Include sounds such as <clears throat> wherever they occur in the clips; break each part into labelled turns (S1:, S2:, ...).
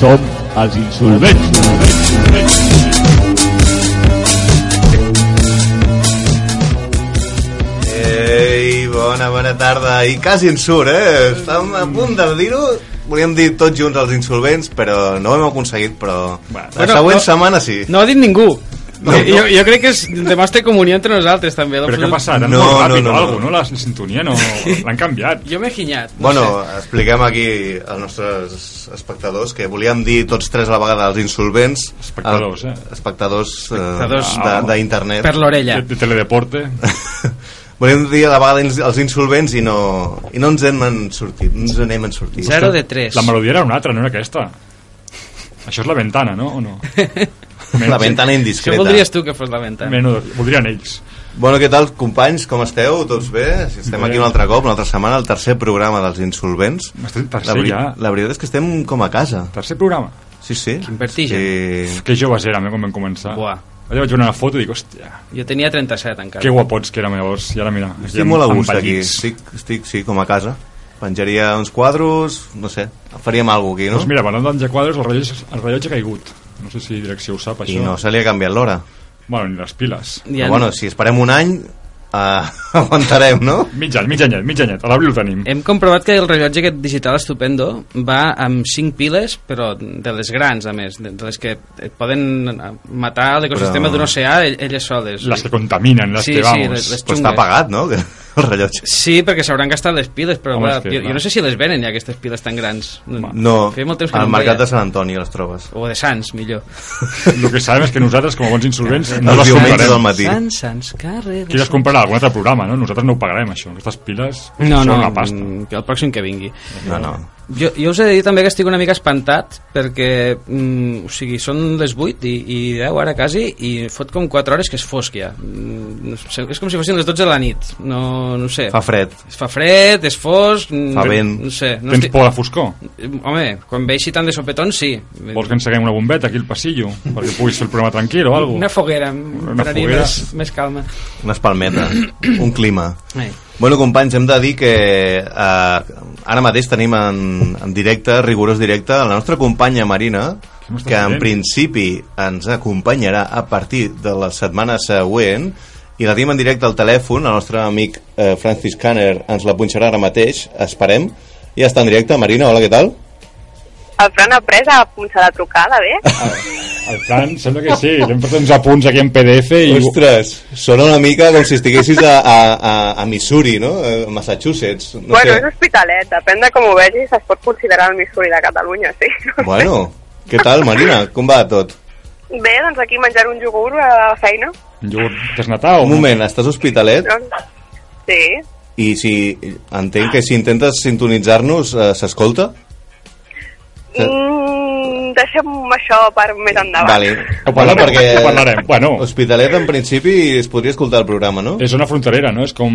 S1: Som els insolvents.
S2: Ei, bona, bona tarda. I quasi en surt, eh? Estàvem a punt de dir-ho. Volíem dir tots junts els insolvents, però no ho hem aconseguit, però la
S3: Bueno,
S2: següent
S3: no-
S2: setmana sí.
S3: No ha dit ningú.
S2: No,
S3: No,
S2: no.
S3: Jo, jo crec que és demostra comunió entre nosaltres també.
S4: Però què
S3: l'absolut.
S4: passa? Ara
S2: No,
S4: no, molt ràpid no,
S2: no, no,
S4: no, o alguna
S2: no.
S4: no. La sintonia no... L'han canviat.
S3: Jo m'he ginyat. No
S2: Bueno,
S3: sé.
S2: expliquem aquí als nostres espectadors que volíem dir tots tres a la vegada els insolvents
S4: Espectadors,
S2: el-
S4: eh?
S2: espectadors,
S3: Espectadors.
S2: eh, de- d'internet
S3: per l'orella.
S4: De, de teledeporte.
S2: <laughs> volíem dir a la vegada ins- els insolvents i no, i no ens n'hem sortit no ens n'hem sortit
S3: Zero de tres.
S4: La melodia era una altra, no era aquesta. Això és la ventana, no? O
S3: <laughs>
S4: no?
S2: la ventana
S3: Això
S2: indiscreta
S3: voldries tu que fos la venta.
S4: Menudo, voldrien ells.
S2: Bueno, què tal, companys? Com esteu? Tots bé? Si estem
S4: Bé.
S2: aquí un altre cop, una altra setmana, el tercer programa dels Insolvents.
S4: Estem tercer,
S2: la, veri-
S4: ja.
S2: la veritat és que estem com a casa.
S4: Tercer programa.
S2: Sí, sí.
S3: Quin vertigen.
S2: Sí.
S4: Que joves érem, eh, quan vam començar.
S3: Buah.
S4: Allà vaig veure una foto i dic, hòstia,
S3: Jo tenia 37 encara.
S4: que guapots que érem llavors. I ara mira,
S2: Estic molt a gust aquí.
S4: empallits.
S2: Estic, estic, sí, com a casa. Penjaria uns quadros, no sé, faríem alguna aquí, no?
S4: Doncs mira, parlant d'Anja Quadros, el rellotge, el rellotge ha caigut. No sé si direcció ho sap,
S2: I
S4: això.
S2: no se li ha canviat l'hora.
S4: Bueno, ni les piles.
S2: Ja
S3: Ja
S2: bueno, si esperem un any, eh, <laughs> aguantarem, no?
S4: Mig any, mig anyet, mig anyet. A l'abril ho tenim.
S3: Hem comprovat que el rellotge aquest digital estupendo va amb 5 piles, però de les grans, a més, de de les que et poden matar l'ecosistema
S2: Però-
S3: d'un oceà ell- elles soles.
S4: Les que contaminen, les
S3: Sí,
S4: que
S3: sí,
S4: vamos.
S3: les- les-
S2: Però està
S3: Xungues.
S2: apagat, no? <laughs> El rellotge.
S3: Sí, perquè s'hauran gastat les piles, però
S4: Home,
S3: clar,
S4: és que,
S3: jo,
S4: clar.
S3: jo no sé si les venen ja, aquestes piles tan grans.
S2: No,
S3: Feia molt temps que
S2: al
S3: no em
S2: mercat
S3: veia.
S2: de Sant Antoni les trobes.
S3: O de Sants, millor.
S4: El que sabem és que nosaltres, com a bons insolvents, no
S2: Els
S4: les
S2: diumenges al
S4: comprarem.
S2: matí.
S3: Sants, Sants, carrer... de
S4: Qui les
S3: Sants.
S4: comprarà? Algun altre programa, no? Nosaltres no ho pagarem, això. Aquestes piles
S3: No,
S4: són
S3: no,
S4: una pasta.
S3: mm, que el pròxim que vingui.
S2: No, no.
S3: Jo, jo us he de dir també que estic una mica espantat perquè, mm, o sigui, són les 8 i, i 10 ara quasi i fot com 4 hores que és fosc ja. Mm, no sé, és com si fossin les 12 de la nit. No, no ho sé.
S2: Fa fred.
S3: Es fa fred, és fosc... mm,
S2: Fa vent.
S3: No sé. No Mm,
S4: Tens por a la foscor?
S3: Home, quan veixi tant de sopetons, sí.
S4: Vols que enceguem una bombeta aquí al passillo? Perquè puguis fer el programa tranquil o alguna
S3: Una
S4: cosa?
S3: foguera, em
S4: Una
S3: donaria
S4: foguera.
S3: Més, més calma.
S2: Unes palmetes, un clima.
S3: Ai.
S2: Bueno, companys, hem de dir que eh, ara mateix tenim en, en directe, rigorós directe, la nostra companya Marina,
S4: Què m'estàs
S2: que en
S4: dient?
S2: principi ens acompanyarà a partir de la setmana següent, i la tenim en directe al telèfon, el nostre amic eh, Francis Canner ens la punxarà ara mateix, esperem, i ja està en directe. Marina, hola, què tal?
S5: El Fran ha pres a punxar la trucada, bé?
S4: El Fran, sembla que sí. L'hem fet uns apunts aquí en PDF i...
S2: Ostres, sona una mica com si estiguessis a, a, a, a Missouri, no? A Massachusetts. <laughs> No
S5: bueno,
S2: sé.
S5: és hospitalet, depèn de com ho vegis, es pot considerar el Missouri de Catalunya, sí.
S2: Bueno, què tal, Marina? Com va tot?
S5: <laughs> Bé, doncs aquí menjar un iogurt a la feina.
S4: Un iogurt desnatat o...
S2: Un moment, estàs a hospitalet
S5: No? Sí,
S2: i si entenc que si intentes sintonitzar-nos eh, s'escolta? Eh.
S5: mm, deixem això per més endavant.
S2: Vale.
S4: Ho parlem, ho parlarem. Bueno.
S2: Hospitalet en principi es podria escoltar el programa, no?
S4: És zona fronterera, no? És com...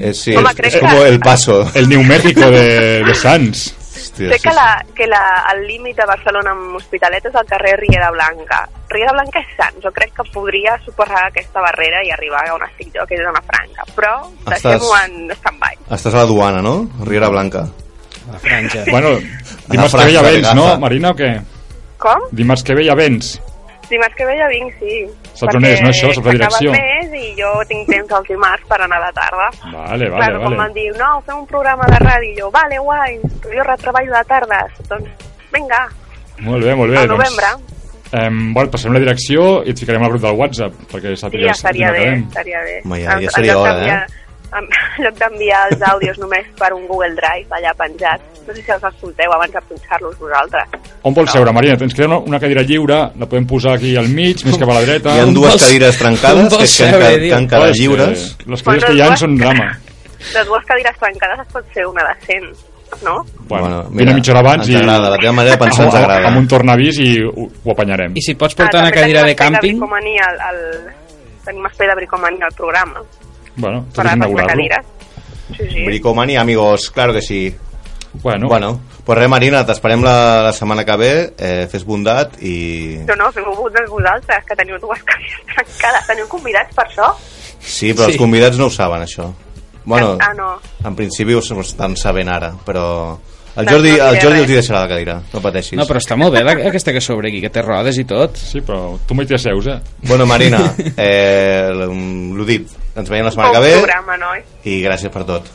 S2: Eh, sí,
S5: Home,
S2: és,
S5: crec
S2: és
S5: que-
S2: com el paso.
S4: El New México de, de Sants.
S2: Hòstia,
S5: Sé
S2: sí,
S5: que,
S2: sí.
S5: la, que la, el límit de Barcelona amb Hospitalet és el carrer Riera Blanca. Riera Blanca és sant, jo crec que podria superar aquesta barrera i arribar a on estic jo, que és una franca. Però
S2: Estàs-
S5: deixem-ho en stand-by.
S2: Estàs a la duana, no? Riera Blanca.
S3: La
S5: <laughs>
S3: franja.
S4: Bueno, dimarts que
S2: França
S4: ve ja
S2: de
S4: vens, no,
S2: Gaza.
S4: Marina, o què?
S5: Com?
S4: Dimarts que ve ja vens.
S5: Dimarts que ve ja vinc, sí.
S4: Saps on és, no, això? Saps la direcció?
S5: més i jo tinc temps els dimarts per anar a la tarda.
S4: Vale, vale,
S5: claro, quan
S4: vale.
S5: van dir, no, fem un programa de ràdio, i jo, vale, guai, però jo retreballo de tardes. Doncs, vinga,
S4: Molt bé, molt bé.
S5: Al novembre.
S4: Doncs, eh, bueno, et passarem la direcció i et ficarem al grup del WhatsApp perquè
S5: sí,
S4: sàpigues
S5: ja estaria
S4: on
S5: bé,
S4: acabem.
S5: estaria bé.
S2: Home, ja-
S5: En-
S2: ja
S5: en
S2: seria
S5: lloc
S2: hora, eh?
S5: d'enviar- En en lloc d'enviar els àudios només per un Google Drive allà penjat. No sé si els escolteu abans de punxar-los vosaltres.
S4: On vols seure, Marina? Ens queda una, una cadira lliure, la podem posar aquí al mig, més cap a la dreta.
S2: Hi ha dues
S3: vols-
S2: cadires
S3: on
S2: trencades que,
S3: vols
S2: que, han
S3: seure,
S2: quedat-
S3: diu?
S2: que han quedat
S4: Ostres,
S2: lliures.
S4: eh, Les cadires que hi ha són drama.
S5: De dues cadires trencades es pot ser una de 100, no?
S4: Bueno, vine mitja hora abans
S2: ens
S4: i...
S2: agrada, la teva manera de pensar ens
S4: Amb-
S2: agrada.
S4: Amb un tornavís i ho, ho apanyarem.
S3: I si pots portar
S5: Ah,
S3: una
S5: també
S3: cadira de
S5: tenim espai
S3: càmping...
S5: bricomania al, al... Tenim espai de bricomania al programa.
S4: Bueno, tot
S5: Per
S4: és
S5: a les
S4: inaugurar-lo.
S5: cadires. Sí, sí.
S2: Bricomani, amigos, claro que sí.
S4: Bueno,
S2: Bueno, pues res, Marina, t'esperem la, la setmana que ve, eh, fes bondat i...
S5: No, no, feu vosaltres, vosaltres, que teniu dues <laughs> cadires trencades. Teniu convidats per això?
S2: Sí, però sí.
S3: Sí.
S2: els convidats no ho saben, això. Bueno,
S5: Ah, no.
S2: en principi ho estan sabent ara, però El
S5: Doncs
S2: Jordi, el Jordi els hi deixarà la cadira, no pateixis.
S3: No, però està molt bé la- aquesta que sobre aquí, que té rodes i tot.
S4: Sí, però tu mai t'hi asseus, eh?
S2: Bueno, Marina,
S3: <laughs>
S2: eh, l'ho dit, ens veiem la setmana que
S5: Bon
S2: ve
S5: programa, noi.
S2: i gràcies per tot.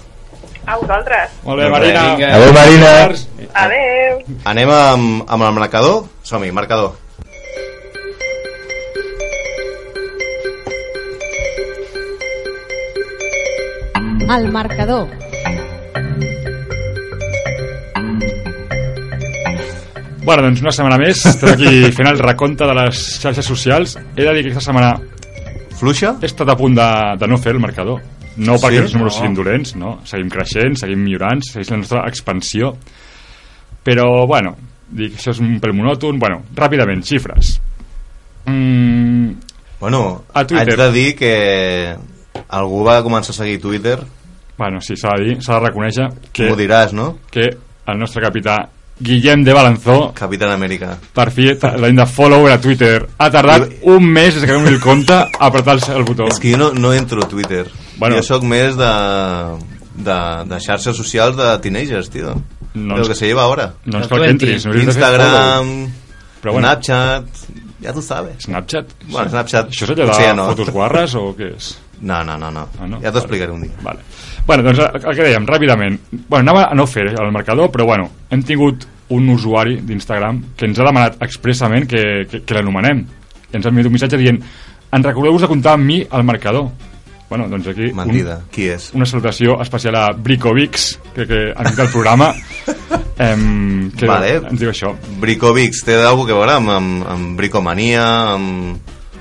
S5: A vosaltres.
S4: Molt bé,
S2: Vinga.
S4: Marina.
S3: Vinga.
S6: Adéu, Marina.
S5: Adéu.
S2: Anem amb, amb el marcador? Som-hi, marcador.
S7: El marcador.
S4: Bueno, doncs una setmana més, estem aquí fent el recompte de les xarxes socials. He de dir que aquesta setmana
S2: Fluixa?
S4: he estat a punt de, de no fer el marcador. No
S2: Sí?
S4: perquè els números
S2: No.
S4: siguin dolents, no. Seguim creixent, seguim millorant, segueix la nostra expansió. Però, bueno, dic, això és un pel monòton. Bueno, ràpidament, xifres. Mm,
S2: Bueno,
S4: A Twitter.
S2: haig de dir que algú va començar a seguir Twitter,
S4: bueno, sí, s'ha de dir, s'ha de reconèixer que,
S2: m'ho diràs, no?
S4: que el nostre capità Guillem de Balanzó
S2: Capitán Amèrica.
S4: per fi ta- l'any de follower a Twitter ha tardat un mes des que vam el compte a apretar el- el botó
S2: És que jo no, no entro a Twitter.
S4: Bueno.
S2: Jo sóc més de, de, de xarxes socials de teenagers,
S4: No
S2: tio. No, de lo
S4: ens-
S2: que se lleva ahora.
S4: no ens cal que entris no hauries de fer
S2: Instagram,
S4: follow. Però
S2: Però
S4: bueno.
S2: bueno. Snapchat... Ja tu sabes.
S4: Snapchat?
S2: Bueno, Snapchat.
S4: Això és allò de
S2: Potser ja no.
S4: fotos guarres o què és?
S2: No, no, no. no.
S4: Ah, no?
S2: Ja t'ho explicaré un dia.
S4: Vale. Bueno, doncs el el que dèiem, ràpidament. Bueno, anava a no fer el marcador, però bueno, hem tingut un usuari d'Instagram que ens ha demanat expressament que, que, que l'anomenem. I ens ha enviat un missatge dient en recordeu-vos de comptar amb mi al marcador. Bueno, doncs aquí... un-
S2: Mentida. Qui és?
S4: una salutació especial a Bricovix, que, que ha dit el
S2: <laughs>
S4: programa, em, que
S2: Vale.
S4: ens diu això.
S2: Bricovix, té d'algú que veure amb, amb, amb bricomania, amb...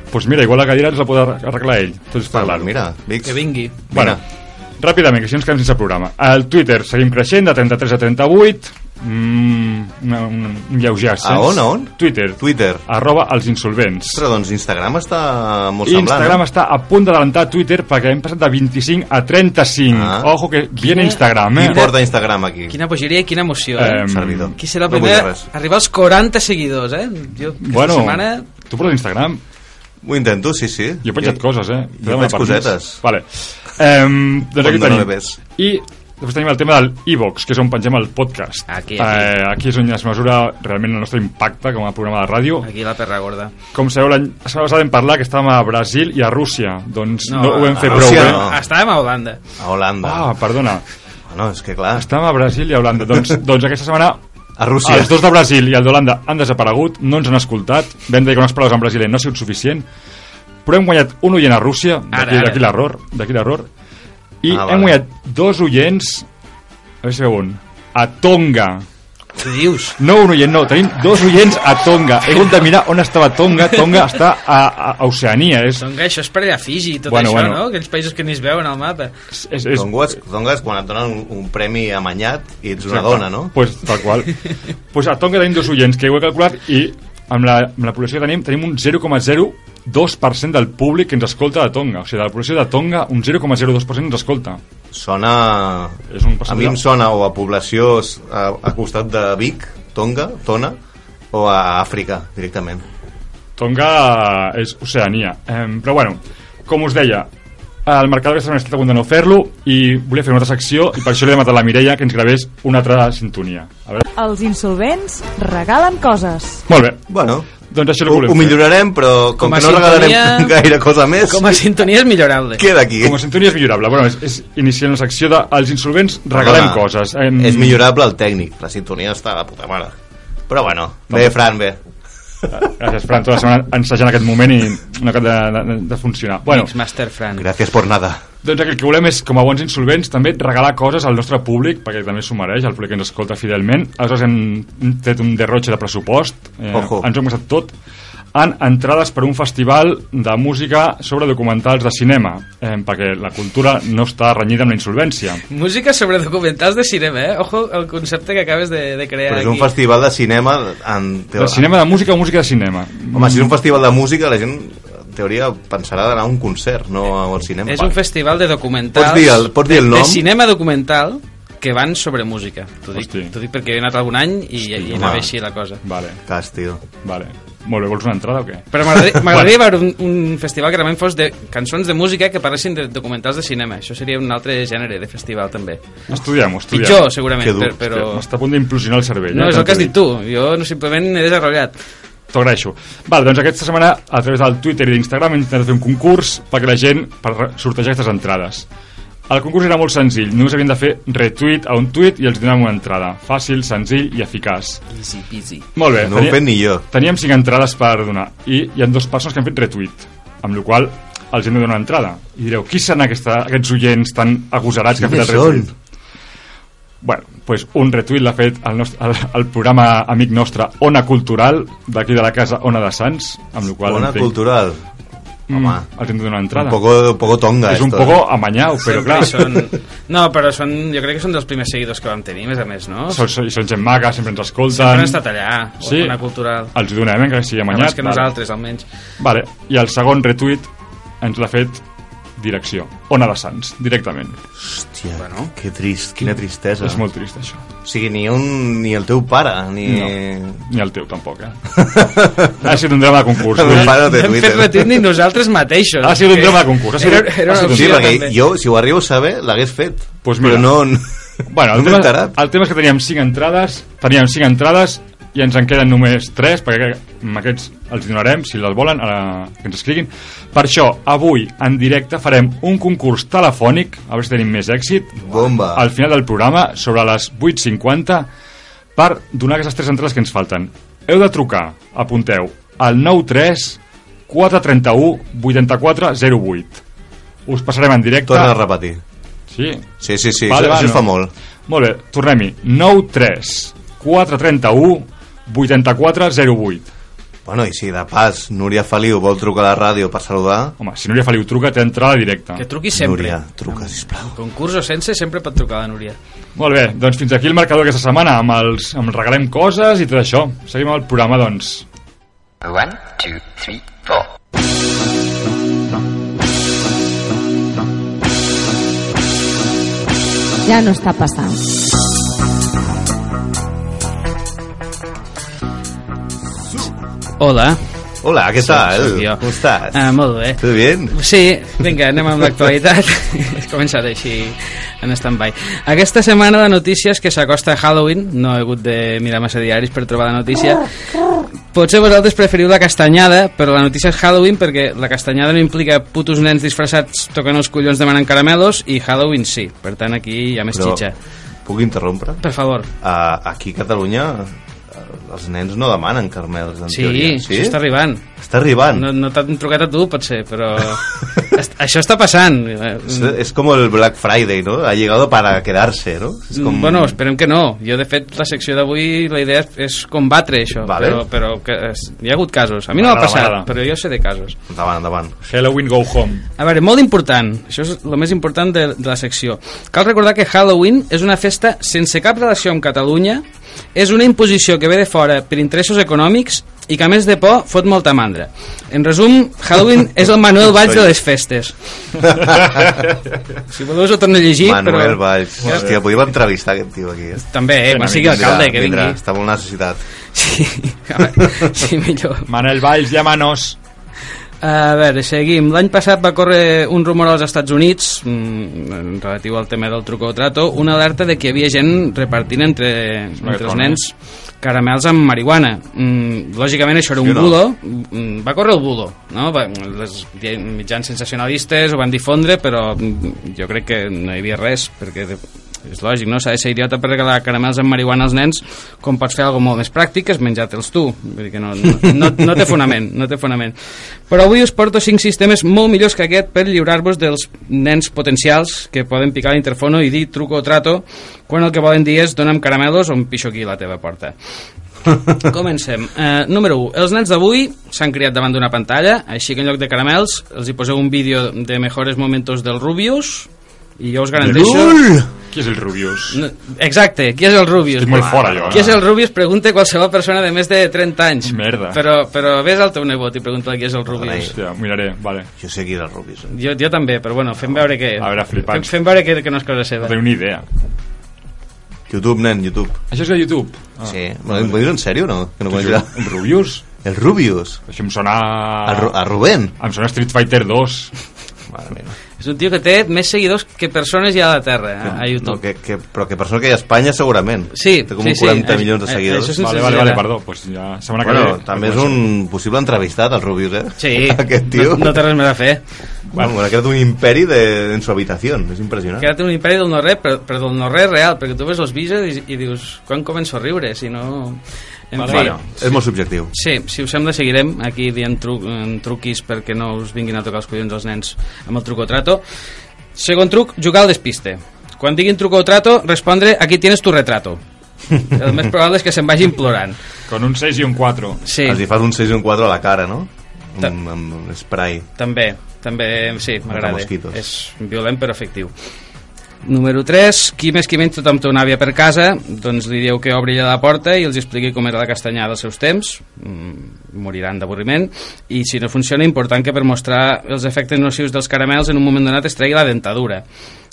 S4: Doncs pues mira, igual la cadira ens la pot arreglar ell. Tot és parlar.
S2: Mira, Vix.
S3: Que vingui.
S4: Bueno, ràpidament, que si no ens quedem sense programa. Al Twitter seguim creixent, de 33 a 38, mm, una, una, un lleuger ascens.
S2: A on, a on?
S4: Twitter.
S2: Twitter.
S4: Arroba els insolvents.
S2: Ostres, doncs Instagram està molt
S4: I
S2: semblant.
S4: Instagram
S2: eh?
S4: està a punt d'adelantar Twitter perquè hem passat de 25 a 35.
S2: Ah.
S4: Ojo que viene Instagram, eh?
S2: Qui porta Instagram aquí?
S3: Quina bogeria i quina emoció, eh?
S4: Em,
S2: Servidor.
S3: Qui serà
S2: No
S3: el
S2: vull
S3: primer
S2: dir
S3: a
S2: res.
S3: arribar als 40 seguidors, eh? Jo, aquesta
S4: Bueno,
S3: setmana...
S4: tu portes Instagram?
S2: Ho intento, sí, sí.
S4: Jo he penjat coses, eh? Te
S2: Jo
S4: demano
S2: faig
S4: permís.
S2: cosetes.
S4: Vale. Um, doncs aquí
S2: Quan no
S4: tenim.
S2: me ves.
S4: I després tenim el tema del e-box, que és on pengem el podcast.
S3: Aquí, aquí.
S4: Eh, aquí és on es mesura realment el nostre impacte com a programa de ràdio.
S3: Aquí la perra gorda.
S4: Com sabeu, l'any la setmana passada vam parlar que estàvem a Brasil i a Rússia. Doncs no,
S3: No,
S4: ho vam
S3: a
S4: fer prou
S2: Rússia
S4: bé.
S2: no. Ah.
S3: Estàvem a Holanda.
S2: A Holanda.
S4: Ah, perdona.
S2: No, és que clar,
S4: Estàvem a Brasil i a Holanda. Doncs,
S2: <laughs>
S4: doncs aquesta setmana
S2: a Rússia.
S4: els dos de Brasil i el d'Holanda han desaparegut, no ens han escoltat, vam dir que unes paraules en brasiler no ha sigut suficient, però hem guanyat un oient a Rússia, d'aquí
S3: Ara, ara.
S4: d'aquí l'error, d'aquí l'error, i
S2: Ah,
S4: hem
S2: vale.
S4: guanyat dos oients, a veure si veu un, a Tonga.
S3: Què dius?
S4: No un oient, no, tenim dos oients a Tonga. He hagut de mirar on estava Tonga, Tonga està a, a, a Oceania, és,
S3: Tonga, això és per allà a Fiji, tot
S4: Bueno,
S3: això,
S4: bueno.
S3: no? Aquells països que ni es veuen al mapa.
S4: és, és, és
S2: Tongues, tongues, quan et donen un, un premi amanyat i ets una dona, no?
S4: Pues, tal
S2: <laughs>
S4: qual. pues a Tonga tenim dos oients que ho he calculat i amb la, amb la població que tenim, tenim un 0,02% del públic que ens escolta de Tonga. O sigui, de la població de Tonga, un 0,02% ens escolta.
S2: Sona...
S4: És un
S2: A mi
S4: percentatge.
S2: em sona o a població s- a, a costat de Vic, Tonga, Tona, o a Àfrica, directament.
S4: Tonga és Oceania. Eh, però bueno, com us deia, el mercador aquesta setmana estat a punt de no fer-lo i volia fer una altra secció i per això li he demanat a la Mireia que ens gravés una altra sintonia. A veure...
S8: Els insolvents regalen coses.
S4: Molt bé,
S2: Bueno,
S4: doncs això és el
S2: ho,
S4: que volem
S2: ho
S4: fer.
S2: millorarem, però com,
S3: Com a
S2: que no regalarem
S3: sintonia-
S2: <laughs> gaire cosa més,
S3: Com a sintonia és millorable.
S2: queda aquí.
S4: Com a sintonia és millorable. Bueno, és, és iniciant la secció de Els insolvents regalem
S2: Perdona,
S4: coses.
S2: És millorable el tècnic, la sintonia està de puta mare. Però bueno, bé, Fran, bé.
S4: Gràcies, Fran, tota la setmana ensejant aquest moment i no acaba de, de, de funcionar. Bueno,
S3: Mixmaster Fran.
S2: Gràcies por nada.
S4: doncs el que volem és, com a bons insolvents, també regalar coses al nostre públic, perquè també s'ho mereix, el públic que ens escolta fidelment. Aleshores hem hem tret un derrotxe de pressupost, eh,
S2: Ojo.
S4: ens ho hem gastat tot, en entrades per un festival de música sobre documentals de cinema, eh, perquè la cultura no està renyida amb la insolvència.
S3: Música sobre documentals de cinema, eh? Ojo el concepte que acabes de, de crear
S2: Però és
S3: aquí.
S2: un festival de cinema... En teo...
S4: De cinema de música o música de cinema.
S2: Home, si és un festival de música, la gent, en teoria, pensarà d'anar a un concert, no al cinema.
S3: És un festival de documentals...
S2: Pots dir el- pots dir el
S3: de-
S2: nom?
S3: De cinema documental que van sobre música. T'ho dic,
S4: Hosti.
S3: t'ho dic perquè he anat algun any i, i
S2: home.
S3: anava així la cosa.
S4: Vale,
S2: Cas, tio.
S4: vale. Molt bé, vols una entrada o què?
S3: Però
S4: <laughs>
S3: m'agradaria m'agradaria veure un, un festival que realment fos de cançons de música que paressin de documentals de cinema. Això seria un altre gènere de festival, també.
S4: Estudiem-ho, estudiem.
S3: Pitjor, segurament,
S2: Que dur,
S3: per, però...
S4: Està a punt d'implosionar el cervell.
S3: No,
S4: eh,
S3: és el
S4: tant
S3: que has
S4: t'ho
S3: dit tu. Jo no, simplement he desenrotllat.
S4: T'ho agraeixo. Val, doncs aquesta setmana, a través del Twitter i d'Instagram, hem intentat fer un concurs perquè la gent per re- sortejar aquestes entrades. El concurs era molt senzill, només havien de fer retweet a un tuit i els donàvem una entrada. Fàcil, senzill i eficaç.
S3: Easy peasy.
S4: Molt bé.
S2: No ho he fet ni jo.
S4: Teníem 5 entrades per donar i hi ha dues persones que han fet retweet, amb la qual cosa els hem de donar una entrada. I direu, qui són aquesta, aquests oients tan agosarats que han fet el
S2: Quines
S4: retweet?
S2: són?
S4: Bueno, pues un retuit l'ha fet el, nostre, el, el programa amic nostre Ona Cultural, d'aquí de la casa Ona de Sants, amb la qual cosa
S2: Bona
S4: entenc-
S2: cultural.
S3: Mm.
S2: Home,
S4: els hem de donar
S2: un
S4: entrada.
S2: poco, un poco tonga.
S4: és un
S2: esto,
S4: poco
S2: eh?
S4: amanyau, però clar, són...
S3: Són... No, però són, jo crec que són dels primers seguidors que vam tenir, a més a més, no?
S4: <laughs> Són, són, són gent maca, sempre ens escolten.
S3: Sempre han estat allà,
S4: Sí.
S3: sí. una cultural.
S4: Els hi donem, encara que sigui amanyat.
S3: Abans que
S4: vale.
S3: nosaltres, almenys.
S4: Vale. I el segon retuit ens l'ha fet direcció, Ona de Sants, directament.
S2: eh. Hòstia, bueno. que trist, quina tristesa.
S4: És molt trist, això.
S2: O sigui, ni, un, ni el teu pare, ni...
S4: No. Ni el teu, tampoc, eh? <laughs> ha sigut un drama de concurs.
S2: El
S4: vull dir,
S2: pare de
S3: No hem fet
S2: Twitter.
S3: retit ni nosaltres mateixos.
S4: Ha sigut un
S3: Que-
S4: drama de concurs, ha sigut-
S3: Era, era
S4: ha
S3: una
S4: sigut un
S2: Sí,
S3: opció,
S2: perquè
S3: també.
S2: jo, si ho arribo a saber, l'hagués fet.
S4: Pues mira.
S2: Però no... no
S4: Bueno, el,
S2: no m'he
S4: tema,
S2: enterat.
S4: el tema és que teníem 5 entrades, teníem 5 entrades i ens en queden només 3, perquè amb aquests els donarem, si les volen, a, que ens escriguin. Per això, avui, en directe, farem un concurs telefònic, a veure si tenim més èxit,
S2: Bomba.
S4: al final del programa, sobre les 8.50, per donar aquestes 3 entrades que ens falten. Heu de trucar, apunteu, al 93 431 8408. Us passarem en directe.
S2: Torna a repetir.
S4: Sí,
S2: Sí, sí, sí,
S4: Vale,
S2: vale, això,
S4: vale,
S2: això es fa
S4: no.
S2: molt.
S4: Molt bé, tornem-hi. 9 3 4 31 84 08
S2: Bueno, i si de pas Núria Feliu vol trucar a la ràdio per saludar,
S4: Home, si Núria Feliu truca, té entrada directa.
S3: Que truqui sempre.
S2: Núria, truca, sisplau.
S3: Concurs o sense, sempre pot trucar la Núria.
S4: Molt bé, doncs fins aquí el marcador aquesta setmana amb els amb regalem coses i tot això. Seguim amb el programa, doncs.
S6: One, two, three, four.
S7: Ja no està passant.
S3: Hola.
S2: Hola, què tal?
S3: sóc jo.
S2: Com estàs?
S3: Ah, molt bé.
S2: Tot bien?
S3: Sí, vinga, anem amb
S2: <laughs>
S3: l'actualitat. He començat així en stand-by. Aquesta setmana de notícies que s'acosta a Halloween, no he hagut de mirar massa diaris per trobar la notícia, potser vosaltres preferiu la castanyada, però la notícia és Halloween perquè la castanyada no implica putos nens disfressats tocant els collons demanant caramelos i Halloween sí, per tant aquí hi ha més
S2: Però,
S3: xitxa.
S2: Puc interrompre?
S3: Per favor.
S2: Uh, aquí a Catalunya eh, els nens no demanen carmels, en
S3: Sí,
S2: teoria.
S3: sí? està arribant.
S2: Està arribant.
S3: No, no t'han trucat a tu, potser, però... est- això està passant. Eh,
S2: Es,
S3: mm.
S2: es como el Black Friday, ¿no? Ha llegado para quedarse, ¿no? Es como...
S3: mm, Bueno, esperem que no. Jo, de fet, la secció d'avui, la idea és- és combatre això.
S2: Vale.
S3: Però, però que es, hi ha hagut casos. A mi no m'ha
S4: M'agrada,
S3: passat,
S4: m'agrada.
S3: però jo sé de casos.
S2: Endavant,
S3: <laughs>
S2: endavant.
S4: Halloween Go Home.
S3: A veure, molt important. Això és el més important de, de la secció. Cal recordar que Halloween és una festa sense cap relació amb Catalunya, és una imposició que ve de fora per interessos econòmics i que, a més de por, fot molta mandra. En resum,
S2: <laughs>
S3: Halloween és el Manuel Valls de les festes. si voleu us ho torno a llegir,
S2: Manuel
S3: però...
S2: Valls. Hòstia, podíem entrevistar aquest tio aquí. Eh?
S3: També, eh, quan sigui
S2: Vindrà,
S3: alcalde, que
S2: vindrà,
S3: vingui.
S2: Està molt necessitat.
S3: Sí, <laughs> a veure, sí, millor.
S4: Manel Valls, llamanos.
S3: A veure, seguim. L'any passat va córrer un rumor als Estats Units, mm, en relatiu al tema del truco o trato, una alerta de que hi havia gent repartint entre, entre els nens caramels amb marihuana. Mm, lògicament això era un
S2: Sí o no?
S3: bulo, Mm, va córrer el bulo, no? Va, les di- mitjans sensacionalistes ho van difondre, però mm, jo crec que no hi havia res, perquè de- és lògic, no? S'ha de ser idiota per regalar caramels amb marihuana als nens com pots fer alguna molt més pràctic que és menjar-te'ls tu. Vull dir que no, no, no, no té fonament, no té fonament. Però avui us porto cinc sistemes molt millors que aquest per lliurar-vos dels nens potencials que poden picar a l'interfono i dir truco o trato quan el que volen dir és dona'm caramelos o em pixo aquí a la teva porta. Comencem. Eh, número 1. Els nens d'avui s'han criat davant d'una pantalla, així que en lloc de caramels els hi poseu un vídeo de mejores momentos del Rubius i jo us garanteixo...
S4: Qui és el Rubius?
S3: No, exacte, qui és el Rubius?
S4: Estic molt fora, jo, eh?
S3: Qui és el Rubius? Pregunta qualsevol persona de més de 30 anys.
S4: Merda.
S3: Però, però vés al teu nebot i pregunta qui és el Rubius.
S4: Hòstia, miraré, vale.
S2: Jo sé qui era el Rubis. Eh?
S3: Jo, jo també, però bueno, fem veure que...
S4: A veure, flipant.
S3: fem, fem veure que, que no és cosa seva.
S4: No tinc ni idea.
S2: YouTube, nen, YouTube.
S4: Això és a YouTube?
S3: Ah.
S2: Ah. Sí. Bueno, M'ho dius en sèrio o no? Que no coneixes?
S4: Rubius?
S2: El Rubius.
S4: Això em sona...
S2: A, Ru
S3: Ah.
S2: a Rubén.
S4: Em sona Street Fighter 2.
S2: Mare meva.
S3: És un tio que té més seguidors que persones ja a la Terra, eh, a
S2: No,
S3: YouTube.
S2: que, que, però que per sort que hi ha a Espanya segurament.
S3: Sí,
S2: Té com
S3: sí,
S2: un
S3: sí,
S2: 40
S3: això-
S2: milions de
S3: eh,
S2: seguidors.
S3: això és
S4: Vale, vale, vale, perdó. Pues ja, setmana que
S2: Bueno,
S4: ve...
S2: també és un possible entrevistat, el Rubius, eh?
S3: Sí,
S2: <laughs> Aquest tio.
S3: no, no té res més a fer.
S2: Bueno, ha creat un imperi de, en su habitación, és impressionant.
S3: Que ara té un imperi del no-res, però, però del no-res real, perquè tu ves els vídeos i, i dius, quan començo a riure, si no... En fi,
S2: Bueno, és molt subjectiu.
S3: Sí, si us sembla seguirem aquí dient tru en truquis perquè no us vinguin a tocar els collons els nens amb el trucotrato. Segon truc, jugar al despiste. Quan diguin trucotrato, respondre aquí tienes tu retrato. El més probable és que se'n vagin plorant.
S4: Con un 6 i un 4.
S3: Sí,
S2: Els hi fas un 6 i un 4 a la cara, no?
S3: Ta-
S2: Amb, amb spray.
S3: també, també, sí, m'agrada.
S2: mosquitos.
S3: És violent però efectiu. Número 3, qui més qui menys tothom té una àvia per casa, doncs li dieu que obri allà la porta i els expliqui com era la castanyada dels seus temps, mm, moriran d'avorriment, i si no funciona, important que per mostrar els efectes nocius dels caramels en un moment donat es tregui la dentadura,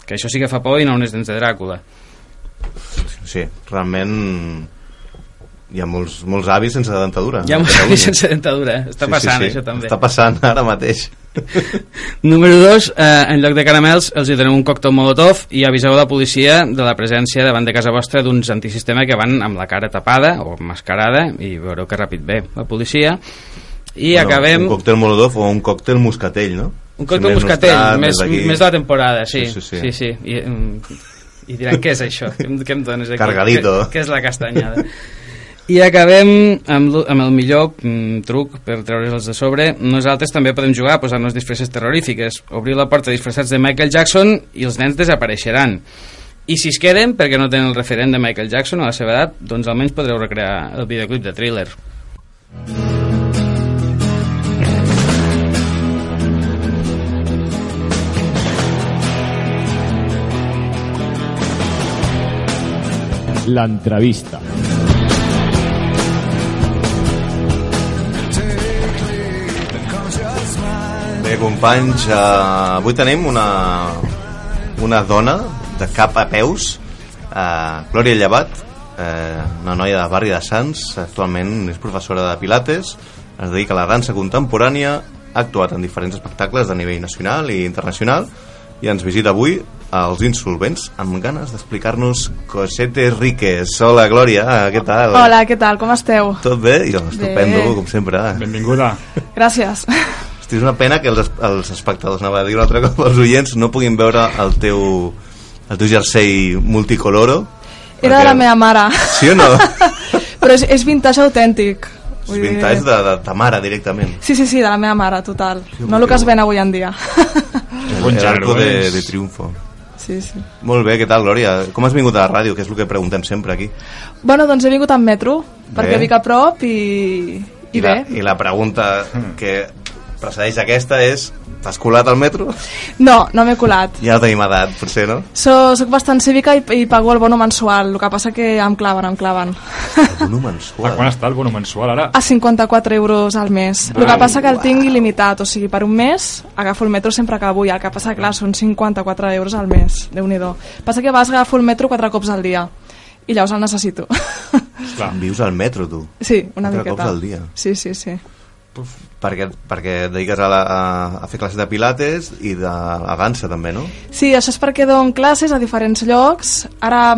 S3: que això sí que fa por i no unes dents de Dràcula.
S2: Sí, realment hi ha molts, molts avis sense dentadura.
S3: Hi ha
S2: a
S3: molts
S2: Ah, Catalunya.
S3: avis sense dentadura, eh? està passant això també.
S2: Està passant ara mateix.
S3: Número 2, eh, en lloc de caramels els hi donem un còctel molotov i aviseu la policia de la presència davant de casa vostra d'uns antisistema que van amb la cara tapada o mascarada i veureu que ràpid ve la policia i
S2: Bueno,
S3: acabem...
S2: Un còctel molotov o un còctel moscatell, no?
S3: Un còctel moscatell, més, més, de la temporada, sí.
S2: Sí,
S3: Sí,
S2: sí,
S3: sí.
S2: sí.
S3: sí, I, mm, I diran, què és això? Què em- Què em dones aquí?
S2: Cargadito.
S3: Què, què és la castanyada? I acabem amb, l'u- amb el millor mm, truc per treure'ls de sobre. Nosaltres també podem jugar a posar-nos disfresses terrorífiques. Obrir la porta disfressats de Michael Jackson i els nens desapareixeran. I si es queden, perquè no tenen el referent de Michael Jackson a la seva edat, doncs almenys podreu recrear el videoclip de Thriller.
S1: La entrevista.
S2: Bé, companys, eh, avui tenim una, una dona de cap a peus, eh, Glòria Llevat, eh, una noia de barri de Sants, actualment és professora de Pilates, es dedica a la dansa contemporània, ha actuat en diferents espectacles de nivell nacional i internacional i ens visita avui als Insolvents amb ganes d'explicar-nos cosetes riques. Hola, Glòria, eh, què tal?
S9: Hola, què tal? Com esteu?
S2: Tot bé? Jo, estupendo,
S9: Bé.
S2: com sempre.
S4: Benvinguda.
S9: Gràcies.
S2: Hosti, és una pena que els, els espectadors, anava a dir un altre cop, els oients no puguin veure el teu, el teu jersei multicoloro.
S9: Era de la meva mare. <laughs>
S2: Sí o no?
S9: Però és, és vintage autèntic.
S2: Els
S9: Vull dir-
S2: vintage de, de ta mare, directament.
S9: Sí, sí, sí, de la meva mare, total.
S2: que
S9: No el que es
S2: guai.
S9: ven avui en dia. <laughs>
S4: bon
S2: El arco
S4: gènere,
S2: de,
S4: és.
S2: de triunfo.
S9: Sí, sí.
S2: Molt bé, què tal, Glòria? Com has vingut a la ràdio, que és el que preguntem sempre aquí?
S9: Bueno, doncs he vingut amb metro,
S2: Bé.
S9: perquè vinc a prop i... I,
S2: la,
S9: bé.
S2: I la pregunta que precedeix aquesta és t'has colat al metro?
S9: No, no m'he colat.
S2: Ja no tenim edat, potser, no?
S9: So, soc bastant cívica i, i pago el bono mensual, el que passa que em claven, em claven. <laughs>
S2: Un
S4: A quan
S2: mensual.
S4: està el bono mensual ara?
S9: A 54 euros al mes. El que passa que el tinc il·limitat, o sigui, per un mes agafo el metro sempre que vull, el que passa, clar, són 54 euros al mes, déu nhi Passa que vas agafo el metro quatre cops al dia i llavors el necessito. <laughs>
S4: Clar.
S2: Vius al metro, tu.
S9: sí, una
S2: Quatre
S9: miqueta.
S2: cops al dia.
S9: Sí, sí, sí.
S2: Perquè, perquè et dediques a, la, a, a fer classes de pilates i de a dansa també, no?
S9: Sí, això és perquè dono classes a diferents llocs. Ara,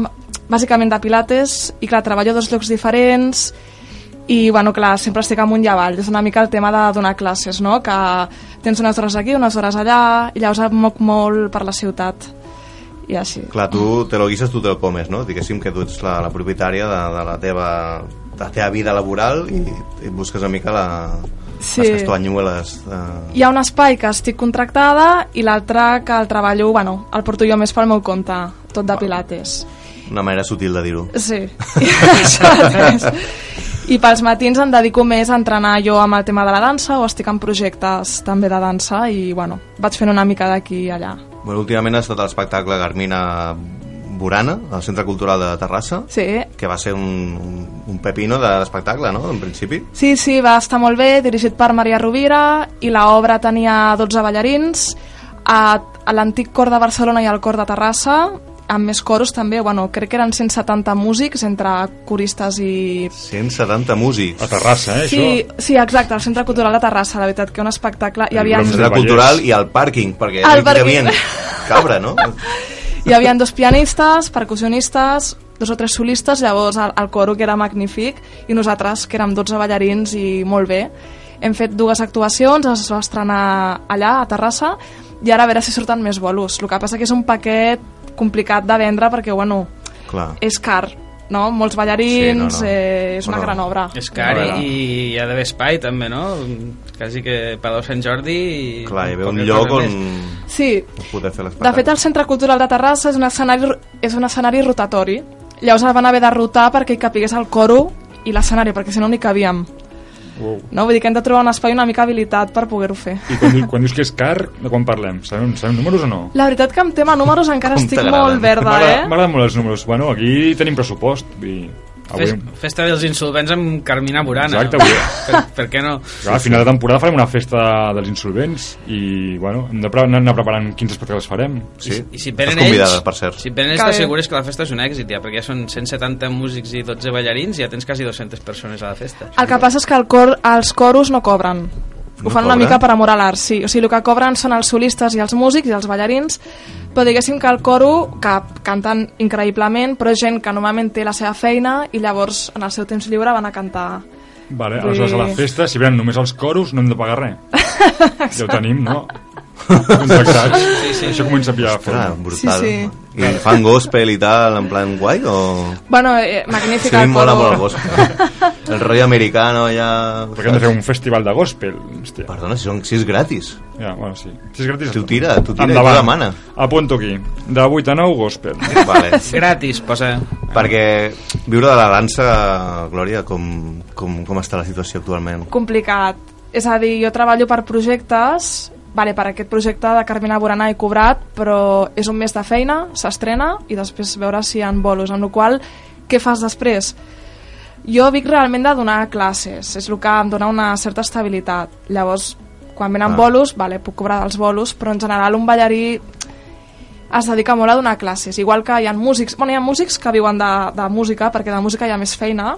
S9: bàsicament de pilates, i clar, treballo a dos llocs diferents, i, bueno, clar, sempre estic amunt i avall. És una mica el tema de donar classes, no? Que tens unes hores aquí, unes hores allà, i llavors em moc molt per la ciutat. I així.
S2: Clar, tu te lo guises, tu te lo comes, no? Diguéssim que tu ets la, la propietària de, de, la teva, de la teva vida laboral i, i et busques una mica la,
S9: Sí.
S2: les castanyueles. Eh,
S9: Hi ha un espai que estic contractada i l'altre que el treballo, bueno, el porto jo més pel meu compte, tot de pilates.
S2: una manera sutil de dir-ho.
S9: Sí, <laughs> això mateix. I pels matins em dedico més a entrenar jo amb el tema de la dansa o estic en projectes també de dansa i, bueno, vaig fent una mica d'aquí i allà.
S2: Bueno, últimament ha estat a l'espectacle Garmina Burana, al Centre Cultural de Terrassa,
S9: Sí,
S2: que va ser un, un, un pepino de l'espectacle, no?, en principi.
S9: sí, sí, va estar molt bé, dirigit per Maria Rovira i l'obra tenia 12 ballarins a, a l'antic cor de Barcelona i al cor de Terrassa amb més coros també, bueno, crec que eren 170 músics entre coristes i
S2: 170 músics.
S4: A Terrassa, eh,
S9: Sí,
S4: això?
S9: sí, exacte, al Centre Cultural de Terrassa, la veritat, que un espectacle. Hi havia,
S4: Doncs
S2: Centre
S4: Vallès.
S2: cultural i al pàrquing, perquè no
S9: Al
S2: hi
S9: pàrquing.
S2: cabien. <laughs> Cabra, no?
S9: hi havia dos pianistes, percussionistes, dos o tres solistes, llavors el, el coro, que era magnífic, i nosaltres, que érem 12 ballarins i molt bé. Hem fet dues actuacions, es va estrenar allà, a Terrassa, i ara a veure si surten més bolos. El que passa que és un paquet complicat de vendre perquè, bueno,
S2: Clar.
S9: és car, no? Molts
S2: Sí,
S9: ballarins,
S2: no, no.
S9: eh, és una
S2: Bueno,
S9: gran obra.
S3: És car
S2: Bueno.
S3: i, i hi ha d'haver espai també, no? Quasi que Palau Sant Jordi i...
S2: Clar, hi ve un
S3: poca
S2: lloc
S3: cosa
S2: on
S3: més.
S9: Sí,
S2: poder fer l'espectacle.
S9: De fet, el Centre Cultural de Terrassa és un escenari, és un escenari rotatori. Llavors el van haver de rotar perquè hi capigués el coro i l'escenari, perquè si no n'hi cabíem.
S4: Uau.
S9: No? Vull dir que hem de trobar un espai una mica habilitat per poder-ho fer.
S4: I quan, dius- quan dius que és car, de quan parlem? Sabem, sabem números o no?
S9: La veritat que en tema números encara
S2: Com
S9: estic
S2: t'agraden.
S9: molt verda,
S4: M'agrada-
S9: eh?
S4: M'agraden molt els números. Bueno, aquí tenim pressupost. I avui,
S3: Fes, festa dels insolvents amb Carmina Burana.
S4: Exacte, avui.
S3: <laughs> Per, per què no?
S4: clar, a final de temporada farem una festa dels insolvents i, bueno, hem de pre- anar anar preparant quins espectacles farem.
S2: Sí.
S3: I si venen
S2: Estàs convidada,
S3: ells,
S2: per cert.
S3: si venen ells
S9: Que bé.
S3: t'assegures que la festa és un èxit, ja, perquè ja són 170 músics i 12 ballarins i ja tens quasi 200 persones a la festa.
S9: El que passa és que el cor, els coros no cobren.
S2: No
S9: Ho fan una
S2: cobren?
S9: mica per amor a l'art, sí. O sigui, el que cobren són els solistes i els músics i els ballarins, però diguéssim que el coro, que canten increïblement, però és gent que normalment té la seva feina i llavors en el seu temps lliure van a cantar
S4: Vale,
S9: Sí.
S4: aleshores a la festa, si venen només els coros, no hem de pagar res.
S9: <laughs>
S4: ja ho tenim, no? Contractats. Sí, sí. Això comença a pillar
S2: Clar,
S4: forma.
S2: brutal.
S9: Sí, sí.
S2: I fan gospel i tal, en plan guai o...
S9: Bueno, eh, magnífica.
S2: Sí,
S9: el
S2: mola molt
S9: coro.
S2: el
S9: <laughs>
S2: gospel. El rotllo americano ja...
S4: Perquè hem de fer un festival de gospel. Hòstia.
S2: Perdona, si, són, si és gratis.
S4: Ja, bueno, sí. Si és gratis...
S2: Tu
S4: està.
S2: Ah. tira, tu tira i tu
S4: Endavant.
S2: demana.
S4: Apunto aquí. De 8 a 9, gospel. <laughs>
S9: <laughs>
S2: Vale.
S3: Gratis, posa...
S2: Perquè viure de la dansa, Glòria, com, com, com està la situació actualment?
S9: Complicat. És a dir, jo treballo per projectes, vale, per aquest projecte de Carmina Borana he cobrat, però és un mes de feina, s'estrena i després veure si hi ha bolos, amb la qual cosa, què fas després? Jo vic realment de donar classes, és el que em dona una certa estabilitat. Llavors, quan venen
S2: Ah.
S9: bolos, vale, puc cobrar dels bolos, però en general un ballarí es dedica molt a donar classes, igual que hi ha músics, bueno, hi ha músics que viuen de, de música, perquè de música hi ha més feina,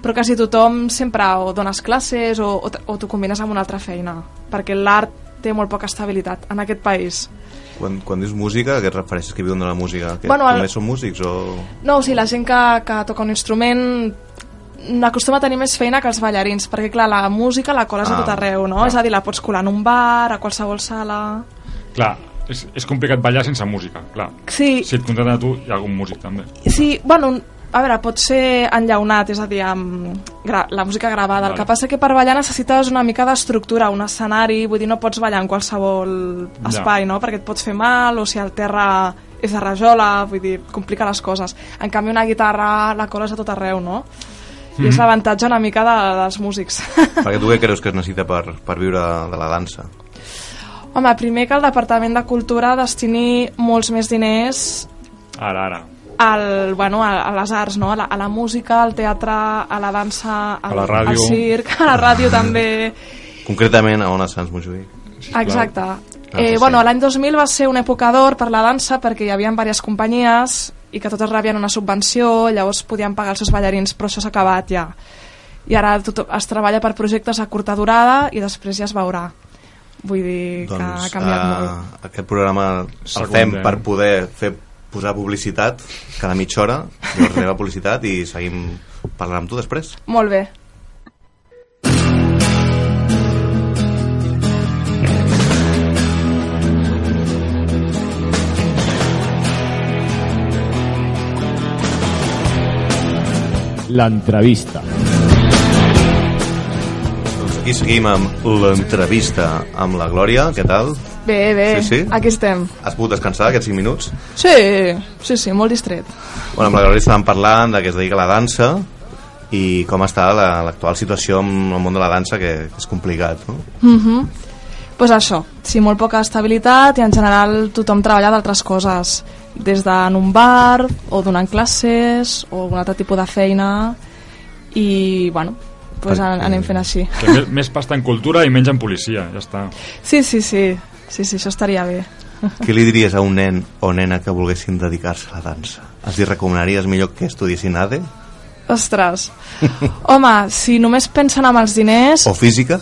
S9: però quasi tothom sempre o dones classes o, o, t- o t'ho combines amb una altra feina, perquè l'art té molt poca estabilitat en aquest país.
S2: Quan, quan dius música, a què et refereixes que viuen de la música? Que
S9: Bueno,
S2: bueno,
S9: el-
S2: només són músics o...
S9: No, o sigui, la gent que, que toca un instrument acostuma a tenir més feina que els ballarins, perquè clar, la música la coles
S2: Ah,
S9: a tot arreu, no? És a dir, la pots colar en un bar, a qualsevol sala...
S4: Clar, és, és complicat ballar sense música, clar.
S9: Sí,
S4: Si et contraten a tu, hi ha algun músic també.
S9: Sí, bueno, un- a veure, pot ser enllaunat, és a dir, amb gra la música gravada. El
S4: Vale.
S9: que passa que per ballar necessites una mica d'estructura, un escenari, vull dir, no pots ballar en qualsevol
S4: Ja.
S9: espai, no? Perquè et pots fer mal, o si el terra és de rajola, vull dir, complica les coses. En canvi, una guitarra la coles a tot arreu, no? I és l'avantatge una mica de, dels músics.
S2: Perquè tu què creus que es necessita per, per viure de la dansa?
S9: <laughs> Home, primer que el Departament de Cultura destini molts més diners
S4: Ara, ara.
S9: al, bueno, a, a les arts, no? a, la, a la música, al teatre, a la dansa, al,
S4: A la ràdio.
S9: al circ, a la
S2: <laughs>
S9: ràdio també.
S2: Concretament a on Sants Montjuïc?
S4: sisplau.
S9: Exacte.
S2: Ah, sí,
S9: Eh,
S2: sí.
S9: bueno, l'any 2000 va ser un època d'or per la dansa perquè hi havia diverses companyies i que totes rebien una subvenció, llavors podien pagar els seus ballarins, però això s'ha acabat ja. I ara tot es treballa per projectes a curta durada i després ja es veurà. Vull dir que ha canviat
S2: eh,
S9: molt.
S2: Aquest programa el
S4: Segon,
S2: fem
S4: eh?
S2: per poder fer posar publicitat cada mitja hora, llavors anem a publicitat i seguim parlant amb tu després.
S9: Molt bé.
S1: La entrevista.
S2: Doncs aquí seguim amb l'entrevista amb la Glòria, què tal?
S9: Bé, bé,
S2: Sí, sí?
S9: aquí estem.
S2: Has pogut descansar aquests 5 minuts?
S9: Sí, sí, sí, molt distret.
S2: Bueno, amb la Glòria estàvem parlant de que es dedica a la dansa i com està la- l'actual situació en el món de la dansa, que és complicat, no?
S9: Mhm. pues això, sí, molt poca estabilitat i en general tothom treballa d'altres coses, des d'en un bar o donant classes o algun altre tipus de feina i, bueno, pues an anem fent així.
S4: Que més, més pasta en cultura i menys en policia, ja està.
S9: Sí, sí, sí, sí, sí, això estaria bé.
S2: Què li diries a un nen o nena que volguessin dedicar-se a la dansa? Els hi recomanaries millor que estudiessin E ADE?
S9: Ostres. Home, si només pensen amb els diners,
S2: O física?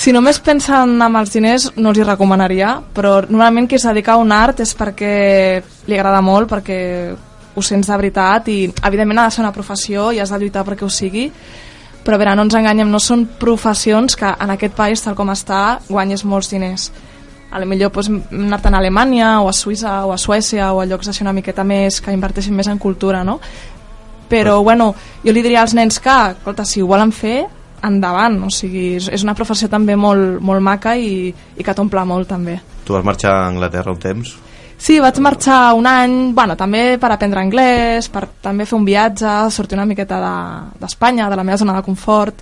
S9: si només pensen amb els diners no els hi recomanaria, però normalment qui es dedica a un art és perquè li agrada molt, perquè ho sents de veritat i evidentment ha de ser una professió i has de lluitar perquè ho sigui, però a veure, no ens enganyem, no són professions que en aquest país, tal com està, guanyes molts diners. A lo millor pots anar-te'n a Alemanya o a Suïssa o a Suècia o a llocs així una miqueta més que inverteixin més en cultura, no? però bueno, jo li diria als nens que, escolta, si ho volen fer, endavant, o sigui, és- és una professió també molt, molt maca i, i que t'omple molt també.
S2: Tu vas marxar a Anglaterra un temps?
S9: Sí, vaig marxar un any, bueno, també per aprendre anglès, per també fer un viatge, sortir una miqueta de- d'Espanya, de, de la meva zona de confort,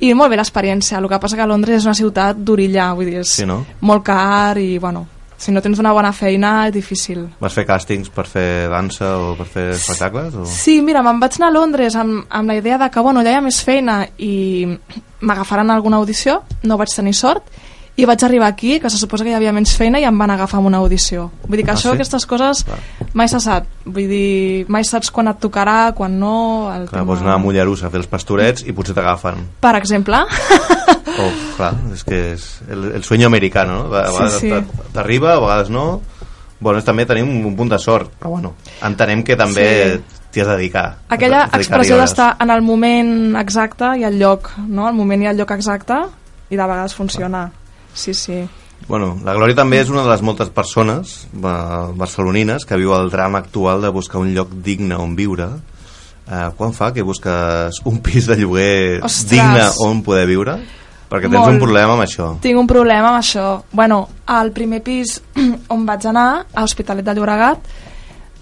S9: i molt bé l'experiència, el que passa que Londres és una ciutat d'orilla, vull dir, és
S2: Sí, no?
S9: molt car i, bueno, si no tens una bona feina és difícil.
S2: Vas fer càstings per fer dansa o per fer espectacles? O...
S9: Sí, mira, me'n vaig anar a Londres amb, amb la idea de que, bueno, allà hi ha més feina i m'agafaran a alguna audició, no vaig tenir sort, i vaig arribar aquí, que se suposa que hi havia menys feina, i em van agafar amb una audició. Vull dir que
S2: Ah,
S9: això,
S2: sí?
S9: aquestes coses, mai se sap. Vull dir, mai saps quan et tocarà, quan no... El
S2: Clar, pots anar a Mollerussa a fer els pastorets i potser t'agafen.
S9: Per
S2: <laughs>
S9: exemple.
S2: O, clar, és que és el, el sueño americano, no? A vegades
S9: Sí, sí.
S2: t'a- t'arriba, a vegades no. Bueno, és- també tenim un punt de sort, però bueno, entenem que també
S9: Sí.
S2: t'hi has de dedicar.
S9: <laughs> Aquella
S2: Has de dedicar-hi
S9: expressió
S2: hores.
S9: d'estar en el moment exacte i el lloc, no? El moment i el lloc exacte, i de vegades funciona. Sí, sí.
S2: Bueno, la Glòria també és una de les moltes persones eh, barcelonines que viu el drama actual de buscar un lloc digne on viure. Eh, quan fa que busques un pis de lloguer
S9: Ostres.
S2: digne on poder viure? Perquè tens
S9: Molt.
S2: un problema amb això.
S9: Tinc un problema amb això. Bueno, al primer pis <clears throat> on vaig anar, a Hospitalet de Llobregat,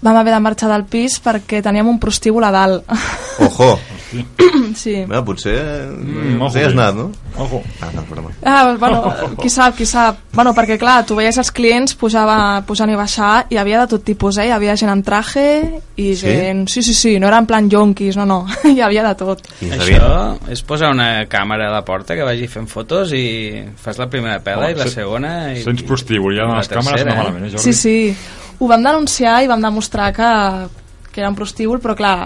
S9: vam haver de marxar del pis perquè teníem un prostíbul a dalt. <clears throat>
S2: Ojo,
S9: sí.
S2: mira, potser mm, no
S4: ojo,
S2: sé, has
S4: sí.
S2: anat, no?
S4: Ojo.
S2: Ah, no, perdó.
S9: Ah, bueno, qui sap, qui sap. Bueno, perquè clar, tu veies els clients pujava, pujant i baixar i hi havia de tot tipus, eh? Hi havia gent en traje i
S2: Sí?
S9: gent... Sí, sí, sí, no era en plan yonquis, no, <laughs> no. hi havia de tot.
S2: I sabia.
S3: Això és posar una càmera a la porta que vagi fent fotos i fas la primera pela
S2: Oh,
S4: Home,
S3: i la
S4: se-
S3: segona... I,
S4: Sents prostíbul, ja
S3: i la
S4: les càmeres no
S3: tercera, eh?
S4: malament, eh, Jordi?
S9: Sí, sí. Ho vam denunciar i vam demostrar que, que era un prostíbul, però clar,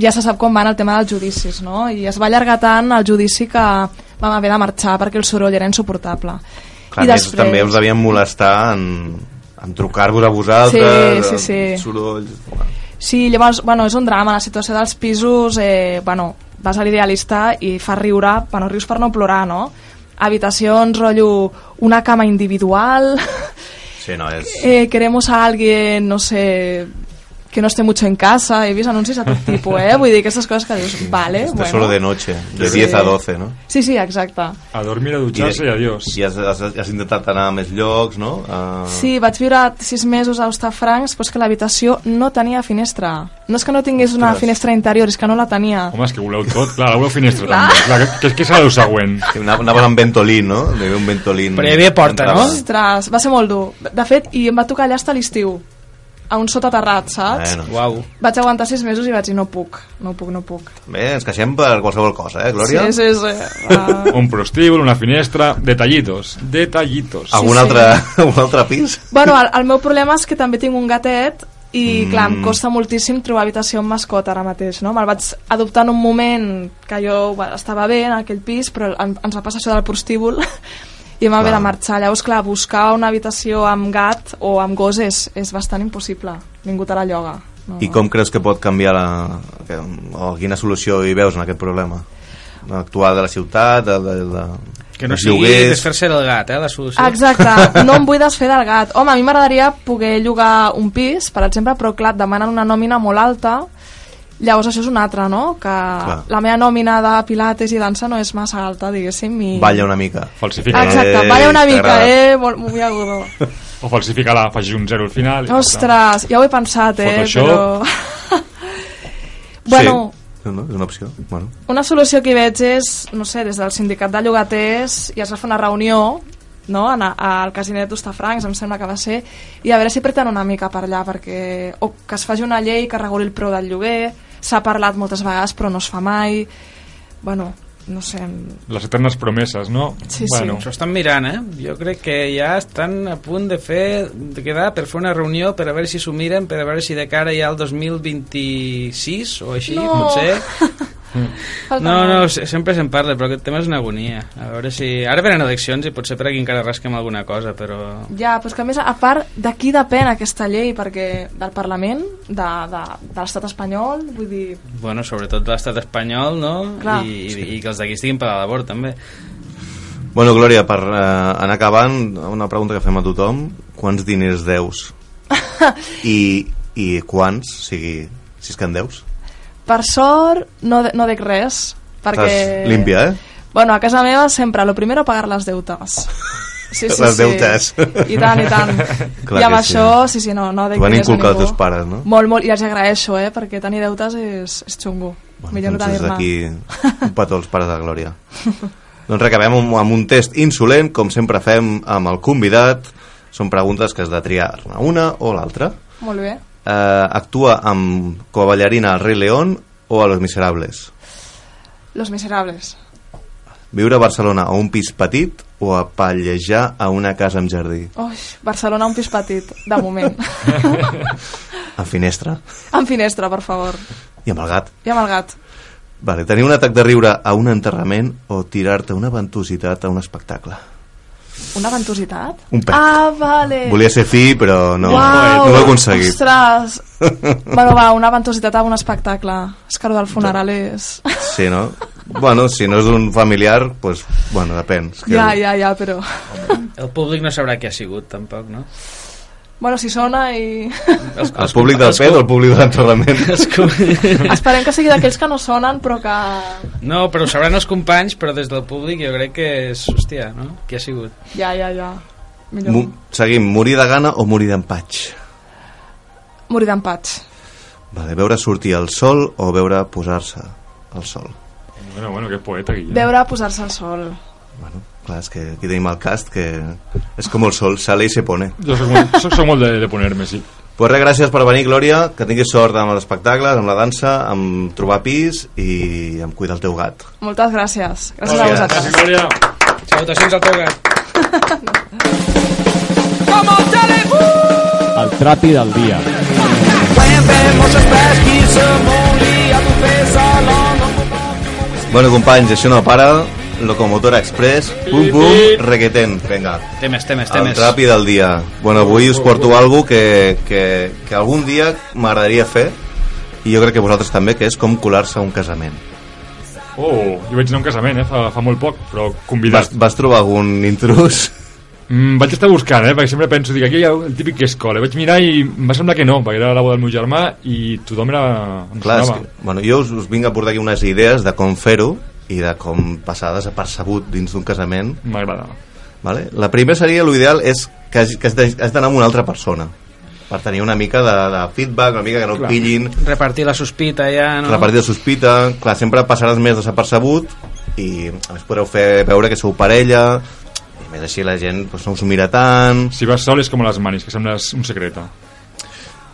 S9: ja se sap com van el tema dels judicis, no? I es va allargar tant el judici que vam haver de marxar perquè el soroll era insuportable.
S2: Clar, I després... també us devien molestar en, en trucar-vos a vosaltres,
S9: Sí, sí, sí.
S2: en sorolls... Bueno.
S9: Sí, llavors, bueno, és un drama, la situació dels pisos, eh, bueno, vas a l'idealista i fa riure, bueno, rius per no plorar, no? Habitacions, rotllo, una cama individual,
S2: Sí, no, és...
S9: eh, queremos a alguien, no sé, que no esté mucho en casa, he vist anuncis
S2: <laughs>
S9: de tot tipus, eh? Vull dir, aquestes coses que dius, vale,
S2: Este
S9: bueno.
S2: solo de Ah. noche, de
S9: Sí.
S2: 10 a 12, no?
S9: Sí, sí, exacte.
S4: A dormir, a dutxar-se i adiós.
S2: I has, has, has intentat anar a més llocs, no? Uh,
S9: Sí, vaig viure sis mesos a Hostafrancs, però és que l'habitació no tenia finestra. No és que no tingués una
S2: Ostres.
S9: finestra interior, és que no la tenia.
S4: Home, és que voleu tot, clar, la voleu finestra també. Clar, que, que, que serà el
S9: <laughs>
S4: següent.
S2: Anaven amb ventolín, no? Hi havia un ventolín...
S3: Però hi havia porta,
S2: Entrava.
S3: no?
S9: Ostres, va ser molt dur. De fet, i em va tocar allà hasta l'estiu, a un sotaterrat, saps?
S2: Bueno,
S3: Uau.
S9: Vaig aguantar sis mesos i vaig dir, no puc, no puc, no puc.
S2: bé, ens queixem per qualsevol cosa, eh, Glòria?
S9: Sí, sí, sí.
S2: <laughs>
S9: Va.
S4: Un prostíbul, una finestra, detallitos, detallitos.
S2: Algun,
S9: sí.
S2: altre, <laughs> algun altre pis?
S9: Bueno, el, el meu problema és que també tinc un gatet i, clar,
S2: Mm.
S9: em costa moltíssim trobar habitació amb mascota ara mateix, no? Me'l vaig adoptar en un moment que jo bueno, estava bé en aquell pis, però en, ens va passar això del prostíbul i vam haver de marxar. Llavors, clar, buscar una habitació amb gat o amb gos és, és bastant impossible. Ningú te la lloga. No.
S2: I com creus que pot canviar la... que- O quina solució hi veus en aquest problema? Actual de la ciutat, de, de, de...
S3: Que no
S2: dels
S3: sigui
S2: lloguers?
S3: desfer-se del gat, eh, la solució.
S2: <laughs>
S9: Exacte, no em vull desfer del gat. Home, a mi m'agradaria poder llogar un pis, per exemple, però clar, et demanen una nòmina molt alta, llavors això és una altra, no? Que
S2: Clar.
S9: la meva nòmina de pilates i dansa no és massa alta, diguéssim. I...
S2: Balla una mica.
S4: Falsifica, no?
S9: Exacte,
S2: Ei,
S9: balla una mica,
S2: t'agrada.
S9: eh? Molt, molt agudo.
S4: O falsifica-la, facis un zero al final. i ja està.
S9: Ostres, ja ho he pensat, eh?
S4: Photoshop.
S9: Però... <laughs> bueno,
S2: Sí. No, no, és una opció. Bueno.
S9: Una solució que hi veig és, no sé, des del sindicat de llogaters i es va fer una reunió no? en, a- al casinet d'Ustafrancs, em sembla que va ser, i a veure si apreten una mica per allà, perquè o que es faci una llei que reguli el preu del lloguer, s'ha parlat moltes vegades però no es fa mai, bueno, no sé...
S4: Les eternes promeses, no?
S9: Sí, sí.
S4: bueno,
S3: S'ho estan mirant, eh? Jo crec que ja estan a punt de fer de quedar per fer una reunió per a veure si s'ho miren, per a veure si de cara ja al 2026 o així,
S9: No. <laughs>
S3: potser. Mm.
S9: Falta
S3: No,
S9: molt.
S3: no, se- sempre se'n parla, però aquest tema és una agonia. A veure si... Ara venen eleccions i potser per aquí encara rasquem alguna cosa, però...
S9: Ja, però és que a més, a part, de qui depèn aquesta llei? Perquè del Parlament, de, de, de l'estat espanyol, vull dir...
S3: Bueno, sobretot de l'estat espanyol, no?
S9: Clar.
S3: I, i, I que els d'aquí estiguin per a la labor, també.
S2: Bueno, Glòria, per eh, anar acabant, una pregunta que fem a tothom. Quants diners deus?
S9: <laughs>
S2: I, i quants? O sigui, si és que en deus?
S9: Per sort, no, de, no dec res, perquè...
S2: Estàs límpia, eh?
S9: Bueno, a casa meva sempre, lo primero pagar les deutes. Sí, sí,
S2: Les
S9: sí.
S2: deutes.
S9: I tant, i tant.
S2: <laughs> Clar
S9: I
S2: que sí.
S9: amb això, sí, sí, no, no dec
S2: T'ho van
S9: diners a
S2: inculcar els
S9: ningú.
S2: teus pares, no?
S9: Molt, molt, i els agraeixo, eh, perquè tenir deutes és, és xungo. Millor no
S2: doncs des
S9: tenir-ne.
S2: d'aquí un petó als pares de Glòria. <laughs> doncs acabem amb, amb un test insolent, com sempre fem amb el convidat. Són preguntes que has de triar una o l'altra.
S9: <laughs> Molt bé.
S2: Eh, actua amb coballarina al Rei León o a Los Miserables?
S9: Los miserables.
S2: Viure a Barcelona a un pis petit o a pallejar a una casa amb jardí?
S9: Ui, Barcelona, un pis petit, de
S2: <laughs>
S9: moment.
S2: Amb finestra
S9: amb finestra, per favor.
S2: i amb el gat.
S9: I amb el gat.
S2: Vale, tenir un atac de riure a un enterrament o tirar-te una ventositat a un espectacle.
S9: Una ventositat?
S2: Un pet.
S9: Ah, vale.
S2: Volia ser fi, però no,
S9: Uau,
S2: no ho he aconseguit. <laughs>
S9: Ostres. bueno, va, una ventositat a un espectacle. És que lo del funeral és...
S2: Sí, no? Bueno, si no és d'un familiar, pues, bueno, depèn. És que
S9: ja, ja, ja, però...
S3: El públic no sabrà qui ha sigut, tampoc, no?
S9: Bueno, si sona
S2: <laughs>
S9: i...
S3: Els,
S2: El públic del
S3: els-
S2: pet o el públic de l'enterrament?
S3: els com-
S9: Esperem que sigui d'aquells que no sonen, però que...
S3: No, però ho sabran els companys, però des del públic jo crec que és... Hòstia, no? Qui ha sigut?
S9: Ja, ja, ja. Millor.
S2: Mu- Seguim, morir de gana o morir d'empatx?
S9: Morir d'empats.
S2: Vale, veure sortir el sol o veure posar-se el sol?
S4: bueno, bueno, que poeta, Guillem.
S9: Veure posar-se el sol.
S2: Bueno, clar, és que aquí tenim el cast que és com el sol, sale i se pone.
S4: Jo soc molt, soc, soc molt de, de poner-me, sí.
S2: Pues res, gràcies per venir, Glòria, que tinguis sort amb els espectacles, amb la dansa, amb trobar pis i amb cuidar el teu gat.
S9: Moltes gràcies. Gràcies a
S2: Gràcies.
S9: vosaltres.
S4: Gràcies, Glòria.
S3: Salutacions al teu gat.
S1: El trapi del dia.
S2: Bueno, companys, això no para, Locomotora Express, pum pum, requetén, vinga.
S3: Temes, temes,
S2: El
S3: temes.
S2: trapi del dia. Bueno, avui us porto algo que, que, que algun dia m'agradaria fer i jo crec que vosaltres també, que és com colar-se a un casament.
S4: Oh, jo vaig anar a un casament, eh, fa, fa molt poc, però
S2: Vas,
S4: convidat.
S2: vas trobar algun intrus?
S4: Mm, vaig estar buscant, eh, perquè sempre penso, dic, aquí hi ha el típic que és cola. Vaig mirar i em va semblar que no, perquè era la boda del meu germà i tothom era... Em
S2: <laughs> Clar, és
S4: sonava.
S2: que, bueno, jo us, us vinc a portar aquí unes idees de com fer-ho i de com passar desapercebut dins d'un casament.
S4: M'agrada.
S2: Vale? La primera seria, l'ideal és que, hagi- que has de- has d'anar amb una altra persona per tenir una mica de, de feedback, una mica que no et
S4: Clar.
S2: pillin,
S3: Repartir la sospita ja, no?
S2: no. repartir de sospita, clar, sempre passaràs més desapercebut i a més podreu fer veure que sou parella i a més així la gent doncs, no us ho mira tant
S4: Si vas sol és com a les manis, que sembles un secreta.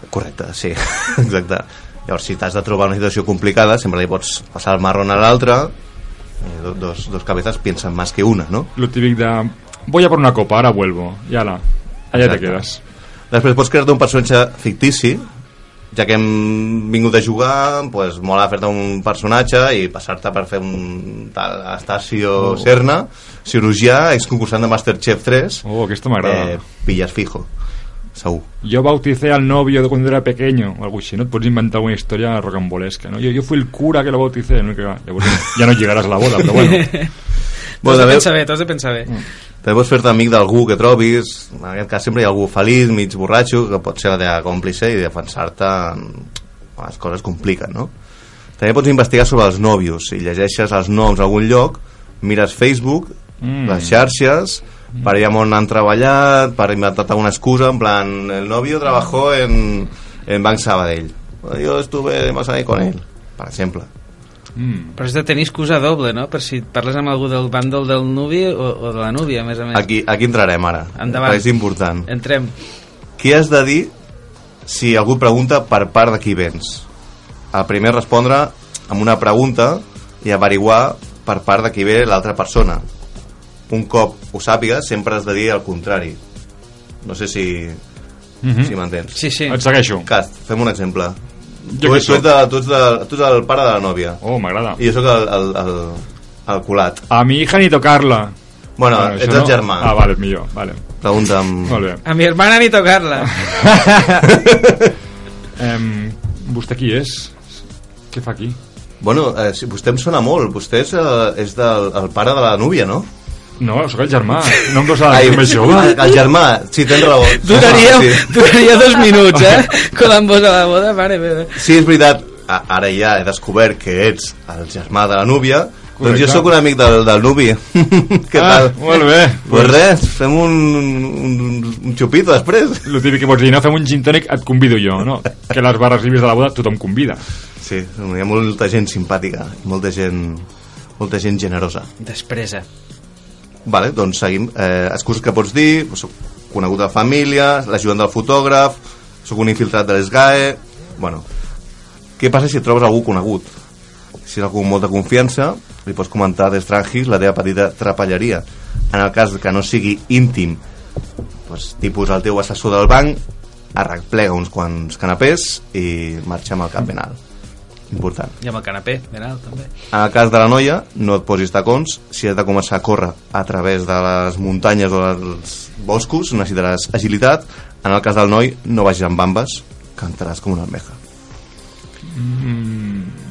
S2: correcte, sí, <laughs> exacte llavors si t'has de trobar una situació complicada sempre li pots passar el marrón a l'altre Eh, do- dos, dos cabezas piensan más que una, no?
S4: Lo típic de... Voy a por una copa, ara vuelvo. I ala, allà te
S2: Exacte.
S4: quedes.
S2: Després pots crear-te un personatge fictici, ja que hem vingut a jugar, doncs mola fer-te un personatge i passar-te per fer un tal Estacio oh. Serna, cirurgià, exconcursant de Masterchef 3,
S4: Oh, aquesta m'agrada.
S2: eh, pillas fijo, segur.
S4: Yo bauticé al novio de cuando era pequeño, o algo así, ¿no? Te puedes inventar una historia rocambolesca, ¿no? Yo, yo fui el cura que lo bauticé, ¿no? Que va, llavors ya no llegarás a la boda, pero bueno.
S3: T'has
S2: Bueno, Mm.
S3: de
S2: també,
S3: pensar bé, t'has de pensar bé.
S2: també pots fer-te amic d'algú que trobis, en aquest cas sempre hi ha algú feliç, mig borratxo, que pot ser la teva còmplice i defensar-te en- quan les coses compliquen, no? També pots investigar sobre els nòvios, si llegeixes els noms a algun lloc, mires Facebook,
S4: Mm.
S2: mm. les xarxes, per allà on han treballat, per inventar alguna excusa, en plan, el novio trabajó en, en Banc Sabadell. Yo estuve más ahí con él, per exemple.
S4: Mm.
S3: Però has de tenir excusa doble, no? Per si parles amb algú del bàndol del nuvi o, o de la núvia, a més a més.
S2: Aquí, aquí entrarem ara,
S3: Endavant.
S2: perquè és important.
S3: Entrem.
S2: Què has de dir si algú et pregunta per part de qui vens? El primer respondre amb una pregunta i averiguar per part de qui ve l'altra persona. Un cop ho sàpigues, sempre has de dir el contrari. No sé si,
S4: Mhm.
S2: si m'entens.
S3: Sí, sí.
S4: Et segueixo.
S2: Cas, fem un exemple.
S4: Jo
S2: tu,
S4: què
S2: ets, tu,
S4: soc?
S2: ets de, tu, ets de, tu ets el pare de la nòvia.
S4: Oh, m'agrada.
S2: I jo sóc el, el, el, el culat.
S4: A mi hija ni tocarla.
S2: Bueno,
S4: Bueno,
S2: ets
S4: això
S2: el germà.
S4: Ah, vale, millor, vale.
S2: Pregunta'm... <laughs>
S4: Molt bé.
S3: A mi hermana ni tocar-la.
S2: Ah,
S4: Em, vostè qui és? Què fa aquí?
S2: Bueno, eh, si vostè em sona molt. Vostè és, eh, és del el pare de la núvia, no?
S4: No, sóc el germà. No em dosa dir Ah, més
S2: el,
S4: jove.
S2: el germà, si tens
S4: <laughs>
S2: raó.
S3: <laughs> Duraria,
S2: Sí,
S3: duraria dos minuts,
S2: <laughs>
S3: eh? Colant vos a la boda, mare meva.
S2: sí, és veritat. A, ara ja he descobert que ets el germà de la núvia. Doncs
S4: Correcte.
S2: jo sóc un amic del, del nuvi. <laughs> <laughs> Què
S4: Ah,
S2: tal?
S4: molt bé.
S2: Pues res, fem un, un, un xupito després.
S4: Lo típic que pots dir, no, fem un gin tònic, et convido jo, no? Que les barres llibres de la boda tothom convida.
S2: Sí, hi ha molta gent simpàtica, molta gent, molta gent generosa.
S3: Despresa.
S2: Vale, doncs seguim. Eh, excuses que pots dir, soc conegut de família, l'ajudant del fotògraf, sóc un infiltrat de les GAE... Bueno, què passa si et trobes algú conegut? Si és algú amb molta confiança, li pots comentar des d'Angis la teva petita trapelleria. En el cas que no sigui íntim, doncs, tipus el teu assessor del banc, arreplega uns quants canapés i marxa amb el cap ben alt. Important.
S3: I amb el canapé, ben alt, també.
S2: En el cas de la noia, no et posis tacons. Si has de començar a córrer a través de les muntanyes o dels boscos, necessitaràs agilitat. En el cas del noi, no vagis amb bambes, cantaràs com una almeja.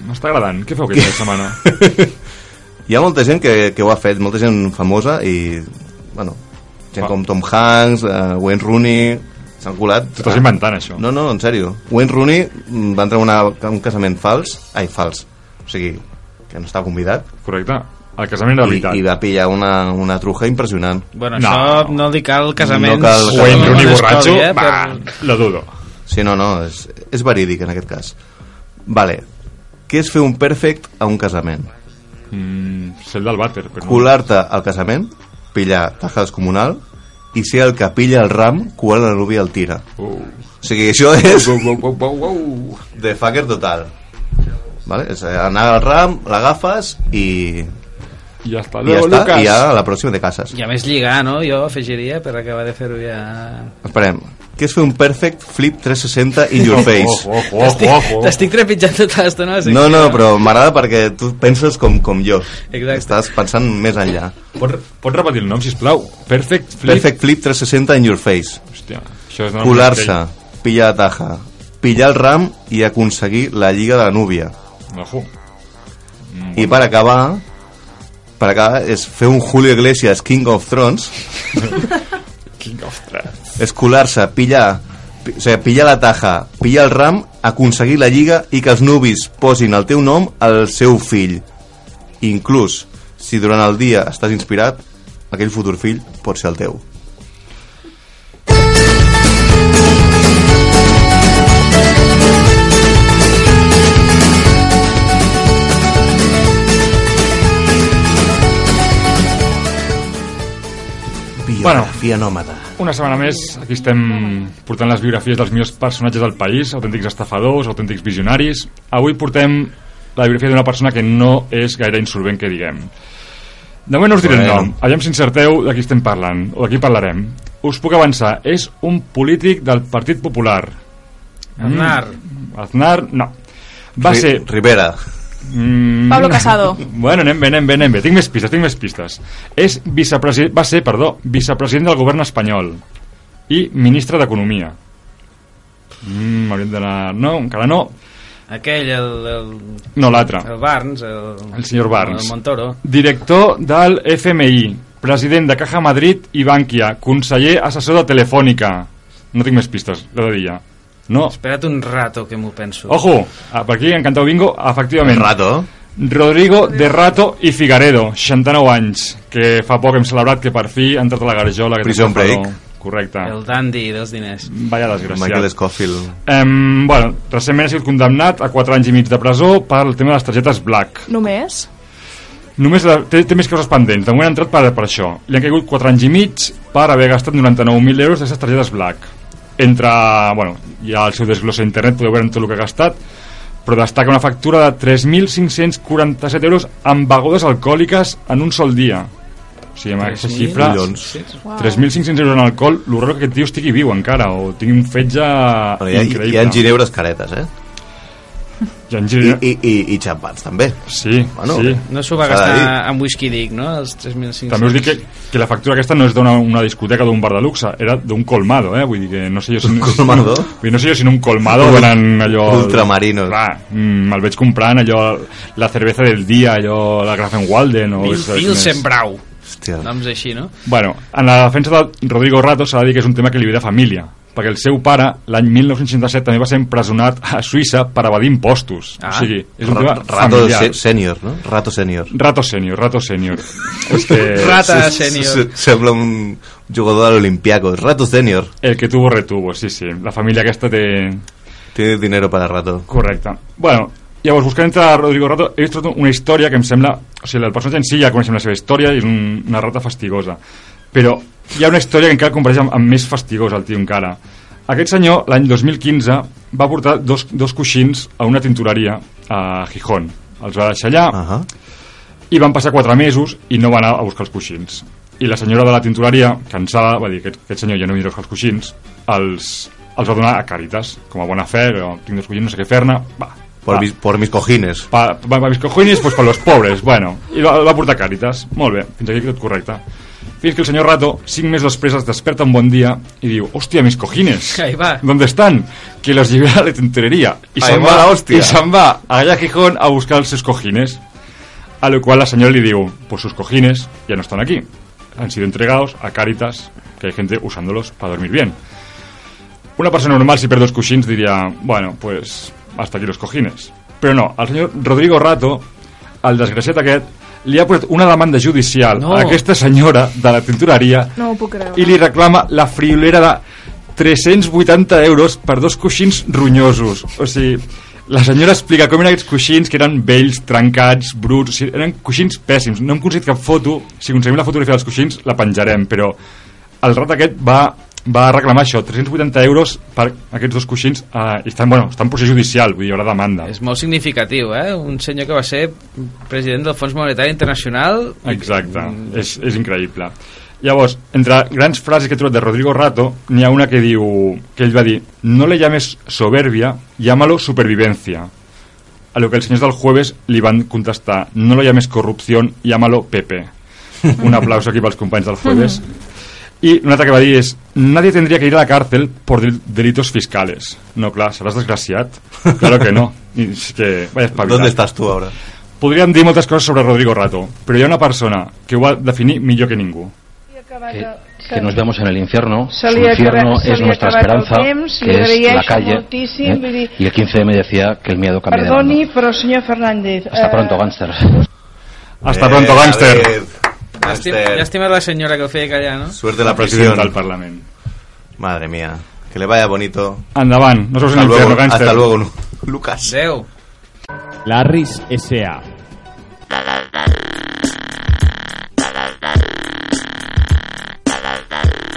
S4: M'està agradant. Què feu aquesta
S2: <laughs>
S4: setmana?
S2: Hi ha molta gent que, que ho ha fet, molta gent famosa i, bueno, gent
S4: Va.
S2: com Tom Hanks, uh, Wayne Rooney, s'han colat.
S4: T'ho estàs inventant, això.
S2: No, no, en sèrio. Wayne Rooney mm, va entrar a una, a un casament fals, ai, fals, o sigui, que no estava convidat,
S4: Correcte. El casament era
S2: i,
S4: veritat.
S2: i va pillar una, una truja impressionant.
S3: Bueno,
S4: No.
S3: no. això no li cal casaments...
S2: No cal
S4: O en
S2: No,
S4: Rooney
S2: no
S4: borratxo,
S3: Escovi, eh,
S4: va,
S3: per-
S4: lo dudo.
S2: Sí, no, no, és, és verídic en aquest cas. Vale. Què és fer un perfect a un casament?
S4: Mm, ser el del vàter, però no.
S2: Colar-te al casament, pillar taja descomunal i ser el que pilla el ram quan la núvia el tira.
S4: Uh.
S2: O sigui, això és
S4: Uau, uau, uau, uau, uau.
S2: de fucker total. Vale? És eh, anar al ram, l'agafes i,
S4: I ja està.
S2: i ja
S4: Adéu,
S2: està.
S4: Lucas.
S2: I ja a la pròxima de cases.
S3: I a més lligar, no? Jo afegiria per acabar de fer-ho ja...
S2: Esperem. Què és fer un perfect flip 360 in your face?
S4: Ojo, ojo, ojo,
S3: T'estic
S4: ojo.
S3: t'estic trepitjant tota l'estona. sí.
S2: No, no, però m'agrada perquè tu penses com, com jo.
S3: Exacte.
S2: Estàs pensant més enllà.
S4: Pots, pots repetir el nom, sisplau? Perfect Flip.
S2: Perfect Flip 360 in your face.
S4: Hòstia, això és...
S2: Colar-se, pillar la taja, pillar el ram i aconseguir la lliga de la núvia.
S4: Ojo.
S2: I per acabar, per acabar és fer un Julio Iglesias King of Thrones,
S4: King of Threats.
S2: és colar-se, pillar, pi- o sigui, pillar la taja, pillar el ram, aconseguir la lliga i que els nuvis posin el teu nom al seu fill. Inclús, si durant el dia estàs inspirat, aquell futur fill pot ser el teu. Biografia bueno. nòmada.
S4: Una setmana més, aquí estem portant les biografies dels millors personatges del país, autèntics estafadors, autèntics visionaris. Avui portem la biografia d'una persona que no és gaire insolvent, que diguem. De moment no us diré el
S2: Bueno.
S4: nom, aviam si encerteu de qui estem parlant, o de qui parlarem. Us puc avançar, és un polític del Partit Popular.
S3: Aznar.
S4: Aznar, no. Va
S2: Ri-
S4: ser...
S2: Rivera.
S4: Mm,
S9: Pablo Casado.
S4: Bueno, anem bé, anem bé, anem bé. Tinc més pistes, tinc més pistes. És vicepresident, va ser, perdó, vicepresident del govern espanyol i ministre d'Economia. Mm, hauríem d'anar... No, encara no.
S3: Aquell, el, el,
S4: No, l'altre.
S3: el Barnes, el,
S4: El senyor Barnes.
S3: El Montoro.
S4: Director del FMI, president de Caja Madrid i Bànquia, conseller assessor de Telefònica. No tinc més pistes, l'he de dir ja. No.
S3: Espera't un rato que m'ho penso.
S4: Ojo, ah, per aquí, encantau bingo, efectivament.
S2: Rato. eh?
S4: Rodrigo de Rato i Figaredo, 69 anys, que fa poc hem celebrat que per fi ha entrat a la garjola. aquest
S2: Prison
S4: estafador.
S2: Break.
S4: Correcte.
S3: El dandy dels diners.
S4: Vaya
S2: Michael
S4: desgraciat.
S2: Scofield.
S4: Um, bueno, recentment ha sigut condemnat a 4 anys i mig de presó per el tema de les targetes Black.
S9: Només?
S4: Només la, té, té més coses pendents. De moment ha entrat per, per això. Li han caigut 4 anys i mig per haver gastat 99.000 euros d'aquestes targetes Black. Entre... Bueno, ja el seu desglòs a internet podeu veure tot el que ha gastat, però destaca una factura de 3.547 euros amb begudes alcohòliques en un sol dia. O sigui, amb aquesta xifra...
S2: Collons.
S4: 3.500 euros en alcohol, l'horror que aquest tio estigui viu encara, o tingui un fetge
S2: Però hi ha,
S4: increïble. eh?
S2: hi ha ginebres caretes, eh?
S4: Hi ha
S2: I,
S4: enginyer...
S2: i, i, i xampans, també.
S4: Sí,
S2: Bueno,
S4: sí.
S3: No s'ho va
S2: S'ha de
S3: gastar
S2: dir.
S3: amb whisky dic, no? Els 3.500.
S4: També us dic que, que la factura aquesta no és d'una una discoteca d'un bar de luxe, era d'un colmado, eh? Vull dir que no sé jo si... Un
S2: colmado?
S4: <laughs> Vull dir, no sé jo si en un colmado venen allò...
S2: Ultramarinos.
S4: Clar, mm, me'l veig comprant allò, la cervesa del dia, allò, la Grafenwalden o...
S3: Bill,
S4: saps
S3: Bill
S4: més.
S3: Sembrau.
S2: Hòstia.
S3: Noms així, no?
S4: Bueno, en la defensa de Rodrigo Rato s'ha de dir que és un tema que li ve de família, perquè el seu pare, l'any 1967, també va ser empresonat a Suïssa per evadir impostos. o
S3: Ah.
S4: sigui, és un tema
S2: Ra- Rato
S4: familiar.
S2: se- sènior, no? Rato sènior.
S4: Rato sènior, Rato
S3: <laughs>
S4: sènior. Este- és que...
S3: Rata
S2: Se- se-
S3: sènior.
S2: se- Sembla un jugador de l'Olimpiaco. Rato sènior.
S4: El que tuvo retuvo, sí, sí. La família aquesta té...
S2: Tiene dinero para rato.
S4: Correcte. Bueno, llavors, buscant entre Rodrigo Rato, he vist una història que em sembla... O sigui, el personatge en si ja coneixem la seva història i és un, una rata fastigosa. Però hi ha una història que encara el compareix amb, amb més fastigosa, el tio, encara. Aquest senyor, l'any 2015, va portar dos, dos coixins a una tintoreria a Gijón. Els va deixar allà,
S2: Ahà.
S4: i van passar quatre mesos i no va anar a buscar els coixins. I la senyora de la tintoreria, cansada, va dir que aquest senyor ja no vindrà a buscar els coixins, els, els va donar a Càritas, com a bona fe, però tinc dos coixins, no sé què fer-ne, va.
S2: Por,
S4: va.
S2: mis, por mis cojines.
S4: Pa, pa, pa, mis cojones, pues para los pobres, bueno. I va, va portar Càritas. Molt bé, fins aquí tot correcte. Fins que el senyor Rato, cinc mesos després, es desperta un bon dia i diu, hòstia, mis cojines,
S3: Ahí va.
S4: ¿dónde están? Que los llevé a la tintorería. I
S2: Ahí
S4: se'n
S2: va la
S4: va,
S2: hòstia.
S4: i se'n va allà a Gijón a buscar els seus cojines. A lo cual la señora le digo, pues sus cojines ya no están aquí. Han sido entregados a Caritas, que hay gente usándolos para dormir bien. Una persona normal si pierde dos cochins diría, bueno, pues hasta aquí los cojines. Però no, el senyor Rodrigo Rato, el desgraciat aquest, li ha posat una demanda judicial
S3: No.
S4: a aquesta senyora de la tintoreria
S9: No ho puc creure.
S4: i li reclama la friolera de 380 euros per dos coixins ronyosos. O sigui, la senyora explica com eren aquests coixins, que eren vells, trencats, bruts, o sigui, eren coixins pèssims. No hem aconseguit cap foto, si aconseguim la fotografia dels coixins la penjarem, però el rat aquest va va reclamar això, 380 euros per aquests dos coixins eh, i estan, bueno, estan en procés judicial, vull dir, hi haurà demanda.
S3: És molt significatiu, eh? Un senyor que va ser president del Fons Monetari Internacional
S4: Exacte, és, és increïble. Llavors, entre grans frases que he trobat de Rodrigo Rato, n'hi ha una que diu, que ell va dir, no le llames soberbia, llámalo supervivencia. A lo que els senyors del jueves li van contestar, no lo llames corrupción, llámalo PP. Un aplauso aquí pels companys del jueves. I una altra que va dir és Nadie tendría que ir a la cárcel por del- delitos fiscales. No, clar, seràs desgraciat? Claro que no. I És que, vaya espavilat.
S2: ¿Dónde estás tú ahora?
S4: Podríem dir moltes coses sobre Rodrigo Rato, però hi ha una persona que ho va definir millor que ningú.
S10: que, Eh, que nos vemos en el infierno.
S5: Se
S10: Su
S5: li acaba-
S10: infierno
S5: se
S10: es
S5: li
S10: nuestra
S5: acaba
S10: esperanza,
S5: el temps, li
S10: que es la
S5: agraeixo
S10: calle.
S5: moltíssim,
S10: ¿eh?
S5: vull dir-
S10: Y el 15M decía que el miedo cambia de bando.
S5: però senyor Fernández...
S10: Hasta pronto, gánster.
S2: Eh,
S4: Hasta pronto, gánster.
S3: Llàstima, llàstima la senyora que el feia callar, no?
S2: Suerte la presión.
S4: President del Parlament.
S2: Madre mía. Que le vaya bonito.
S4: Endavant, no sos
S2: Hasta
S4: en
S2: luego,
S4: l'inferno,
S2: hasta
S4: gánster.
S2: luego, Lu- Lucas.
S3: Adéu.
S1: Larris S.A.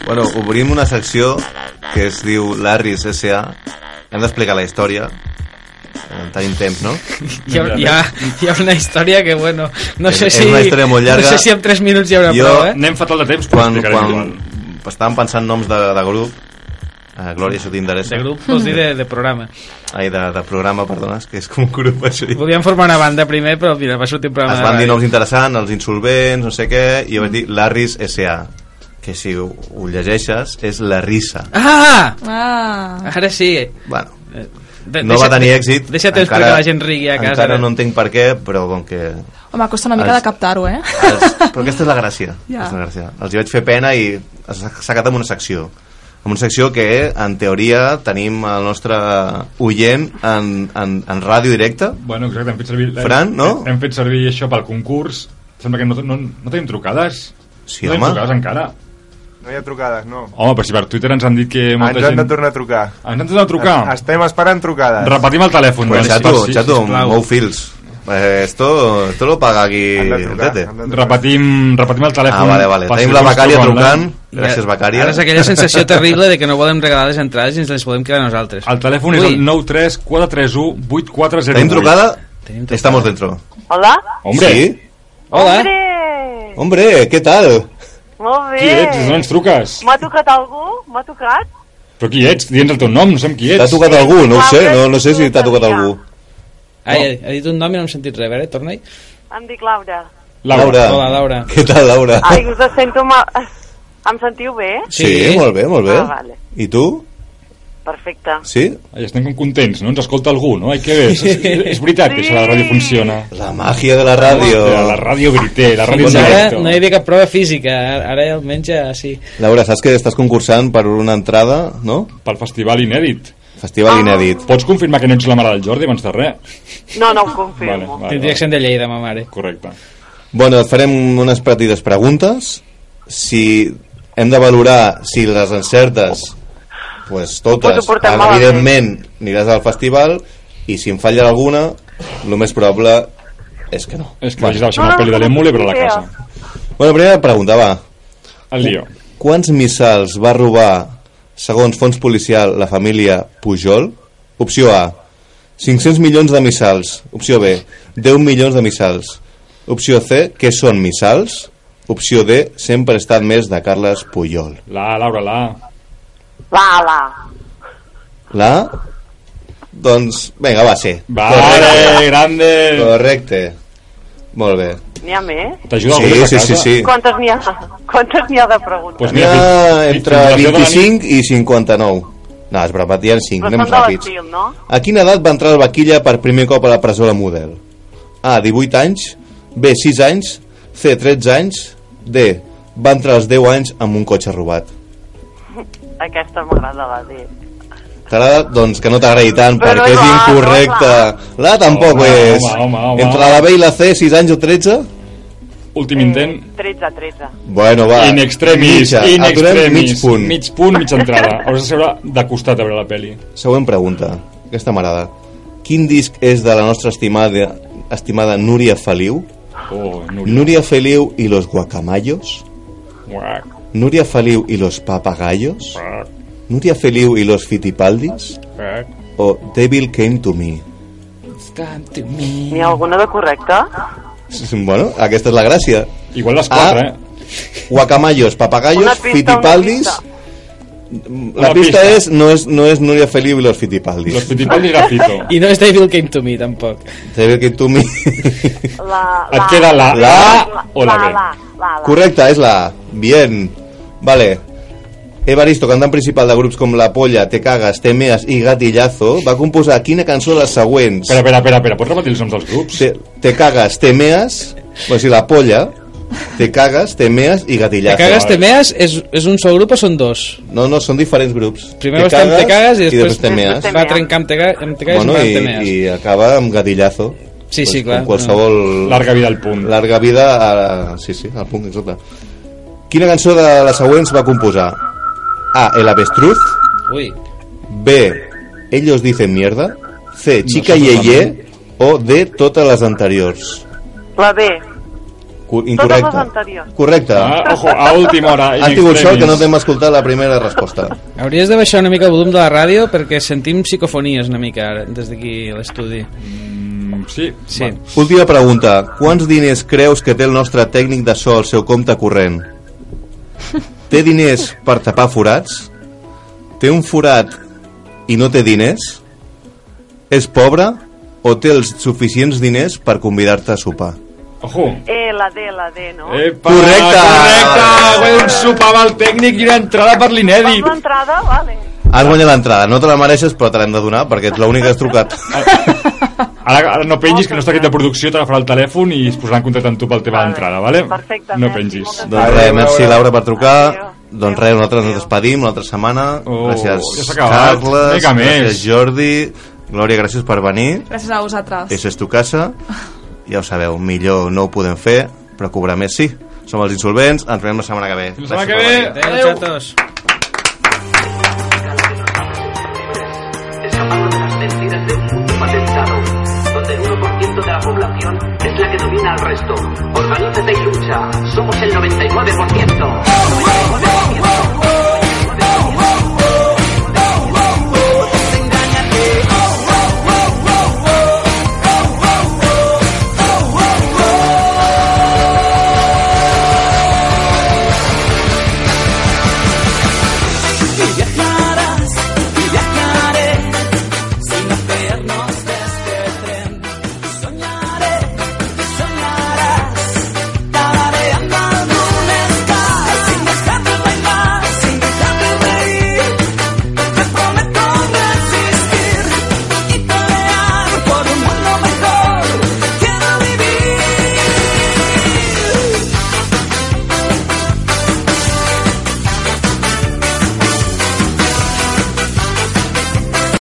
S2: Bueno, obrim una secció que es diu Larry's S.A. Hem d'explicar la història. Eh, Tenim temps, no?
S3: Hi ha, hi, ha, hi ha una història que, bueno, no
S2: És-
S3: sé
S2: és
S3: si...
S2: una història molt llarga.
S3: No sé si en 3 minuts hi haurà
S2: Jo-
S3: prou, eh?
S4: Anem fatal de temps, però
S2: Quan,
S4: explicarem
S2: quan
S4: igual.
S2: estàvem pensant noms de, de grup, eh, Glòria, això t'interessa?
S3: De grup, vols dir de, de programa.
S2: Ai, de, de programa, perdona, és que és com un grup, <laughs> això.
S3: Volíem formar una banda primer, però mira, va sortir un programa
S2: Es
S3: de Mm.
S2: van dir
S3: ràdio.
S2: noms interessants, els insolvents, no sé què, i jo vaig dir Larris S.A., que si ho, ho llegeixes és la risa.
S3: Ah!
S9: Ah,
S3: Ara sí.
S2: Bueno,
S3: De,
S2: no va tenir èxit.
S3: Deixa temps perquè la gent rigui a casa.
S2: Encara no entenc per què, però com que...
S9: home, costa una mica
S2: Els-
S9: de captar-ho, eh?
S2: Els,
S9: <laughs>
S2: però aquesta és la gràcia.
S9: Ja.
S2: Yeah. És la gràcia. Els hi vaig fer pena i s'ha s'ha quedat amb una secció. Amb una secció que, en teoria, tenim el nostre oient en, en, en ràdio directe.
S4: Bueno, exacte, hem fet servir...
S2: Fran, no?
S4: Hem fet servir això pel concurs. Sembla que no, no, no tenim trucades.
S2: Sí,
S4: no
S2: home.
S4: tenim trucades encara.
S10: No hi ha trucades, no.
S4: Home, però si per Twitter ens han dit que molta gent...
S10: a trucar.
S4: Ens han tornat a trucar.
S10: Estem esperant trucades.
S4: Repetim el telèfon.
S2: Però,
S4: doncs,
S2: xato,
S4: per si-
S2: xato,
S4: sisplau.
S2: mou fils. Eh, esto, esto lo paga aquí el Tete.
S4: Repetim, repetim el telèfon.
S2: Ah, vale, vale.
S4: per
S2: Tenim
S4: si
S2: la
S4: us
S2: Becària
S4: truca online.
S2: trucant. Gràcies, Becària.
S3: Ara és aquella sensació terrible de que no volem regalar les entrades i ens les podem quedar nosaltres.
S4: El telèfon és el 93 431 8408.
S2: Tenim trucada? Estamos dentro.
S11: Hola?
S4: Hombre.
S2: Sí.
S3: Hola.
S11: Hombre!
S2: Hombre, què tal?
S11: Molt bé!
S2: Eh.
S3: Doncs-
S4: truques?
S11: M'ha tocat algú? M'ha tocat?
S4: Però qui ets? Dins el teu nom, no sé qui ets.
S2: T'ha tocat algú, no ho sé, no, no sé si t'ha tocat algú.
S3: Ai, ha- ha dit un nom i no hem sentit res, a veure, torna-hi.
S11: Em dic Laura.
S2: Laura.
S3: Hola, Laura.
S2: Què tal, Laura?
S5: Ah,
S11: Ai, us sento mal... Em sentiu bé?
S2: Sí, molt bé, molt bé.
S11: Ah, vale.
S2: I tu?
S11: Perfecte.
S2: Sí?
S4: Ai, estem com contents, no? Ens escolta algú, no? Ai, que bé. És, és, és veritat que això de la ràdio funciona.
S2: La màgia de la ràdio.
S4: La, la ràdio verité, la ràdio
S3: Fins
S4: en
S3: ara
S4: directo.
S3: no hi havia cap prova física, ara- ara almenys ja sí.
S2: Laura, saps que estàs concursant per una entrada, no?
S4: Pel festival inèdit.
S11: Ah.
S2: Festival inèdit.
S4: Pots confirmar que no ets la mare del Jordi abans de res?
S11: No, no ho confirmo.
S4: Vale,
S3: Tindria accent de Lleida, ma mare.
S4: Correcte.
S2: Bueno, et farem unes petites preguntes. Si hem de valorar si les encertes, pues
S11: Us ho
S2: totes,
S11: portem malament.
S2: evidentment aniràs al festival i si en falla alguna, el més probable és que no.
S4: És que vagis a una pel·li de l'Emule, però a la casa.
S2: Bueno, primera pregunta, va.
S4: El lío.
S2: Quants missals va robar, segons fons policial, la família Pujol? Opció A, 500 milions de missals. Opció B, 10 milions de missals. Opció C, què són missals? Opció D, sempre he estat més de Carles Pujol.
S4: La, Laura, la.
S11: La, la.
S2: La... Doncs, vinga, va, C.
S4: Vale, grande.
S2: Correcte. Molt bé.
S11: N'hi ha més?
S2: T'ajuda Sí, algú des de sí, casa? sí, sí.
S11: Quantes n'hi ha? Quantes n'hi ha de preguntes?
S2: Pues mira, entre
S4: fins a les deu de la
S2: 25 i 59. No, és broma, hi ha 5,
S11: Però
S2: anem
S11: són Pues de
S2: ràpids.
S11: l'estil, no?
S2: A quina edat va entrar el Vaquilla per primer cop a la presó de model? A, 18 anys, B, 6 anys, C, 13 anys, D, va entrar als 10 anys amb un cotxe robat.
S11: Aquesta m'agrada la D.
S2: T'agrada? Doncs que no t'agradi tant,
S11: Però
S2: perquè és
S11: clar,
S2: incorrecte. La tampoc
S4: Home,
S2: és.
S4: home, home, home.
S2: Entre la B i la C, 6 anys o 13?
S4: Últim intent.
S11: 13, 13.
S2: Bueno, va.
S4: In extremis,
S2: Mitja,
S4: in
S2: aturem
S4: extremis.
S2: mig punt.
S4: Mig punt, mitja entrada. Hauràs de seure de costat a veure la pel·li.
S2: Següent pregunta. Aquesta m'agrada. Quin disc és de la nostra estimada, estimada Núria Feliu?
S4: Oh, Núria.
S2: Núria Feliu i los guacamayos?
S4: Guac.
S2: Núria Feliu i los papagayos?
S4: Guac.
S2: Núria Feliu i los fitipaldis?
S4: Guac.
S2: O Devil Came to Me? <laughs>
S11: N'hi ha alguna de correcta?
S2: Bueno, aquesta és la gràcia.
S4: Igual les
S2: quatre,
S4: eh?
S2: Guacamayos,
S11: Una
S2: papagayos,
S11: pista,
S2: fitipaldis...
S11: una
S2: La
S3: Una
S2: pista,
S3: pista.
S2: és, no és, no és Núria Feliu i los fitipaldis.
S4: Los fitipaldis era Fito.
S3: I no és Devil Came to Me, tampoc.
S2: Devil Came to Me... <laughs>
S11: La,
S4: Et queda la
S2: La
S4: A o la B?
S11: La, la, la.
S2: Correcta, es la A. Bien. Vale. Evaristo, cantant principal de grups com La Polla, Te Cagas, Te Meas i Gatillazo, va composar quina cançó les següents?
S4: Espera, espera, espera, espera. Pots repetir els noms dels grups?
S2: Te, te Cagas, Te Meas, o sigui, La Polla, Te Cagas, Te Meas i
S3: Te
S2: Gatillazo.
S3: cagues, te meas, és, és un sol grup o són dos?
S2: No, no, són diferents grups.
S3: Primer va estar amb te cagues i després,
S2: Te Meas.
S3: va trencar amb te cagues, amb te cagues
S2: bueno,
S3: i,
S2: i,
S3: amb te meas.
S2: i acaba amb Gatillazo.
S3: Sí, sí,
S2: com
S3: clar.
S2: qualsevol...
S4: Larga vida al punt.
S2: Larga vida, a... sí, sí, al punt, exacte. Quina cançó de les següents va composar? A. El avestruz.
S3: Ui.
S2: B. Ellos dicen mierda. C. Chica
S11: sé
S2: Yeye.
S11: totalment.
S2: O D. Totes les anteriors.
S11: La B.
S2: Cu-
S11: Totes les
S2: Incorrecte.
S11: anteriors.
S2: Correcte.
S4: Ah, ojo, a última hora, in
S2: Han tingut sort
S4: extremis.
S2: que no t'hem escoltat la primera resposta.
S3: Hauries de baixar una mica el volum de la ràdio perquè sentim psicofonies una mica ara, des d'aquí a l'estudi.
S4: Mm, sí.
S3: Sí. Bueno.
S2: Última pregunta. Quants diners creus que té el nostre tècnic de so al seu compte corrent? Té diners per tapar forats? Té un forat i no té diners? És pobre? O té els suficients diners per convidar-te a sopar?
S4: Ojo.
S11: Eh, la D, la D, no?
S4: Epa,
S2: Correcte.
S4: Correcte! Güey, un sopar amb el tècnic i una entrada per
S11: Fas
S4: l'inèdit.
S11: l'entrada? Vale.
S2: Has guanyat l'entrada. No te la mereixes, però te l'hem de donar perquè ets l'única que has trucat.
S4: Ara, ara no pengis, que no està aquí de producció, t'agafarà el telèfon i es posarà en contacte amb tu pel tema d'entrada, vale? Perfecte. No pengis.
S2: Doncs res, merci Laura per trucar. Doncs res, nosaltres ens despedim una altra setmana.
S4: Oh, ja
S2: gràcies
S4: s'ha acabat.
S2: Carles,
S4: Vinga, més.
S2: gràcies Jordi. Glòria, gràcies per venir.
S9: Gràcies a vosaltres.
S2: Esa és tu casa. Ja ho sabeu, millor no ho podem fer, però cobrar més sí. Som els insolvents, ens veiem la setmana que ve.
S4: Fins la setmana que ve.
S3: Adéu, xatos.
S12: Escapando de las mentiras de un mundo patentado, donde el 1% de la población
S5: información es la que domina al resto. Organízate y lucha. Somos el 99%.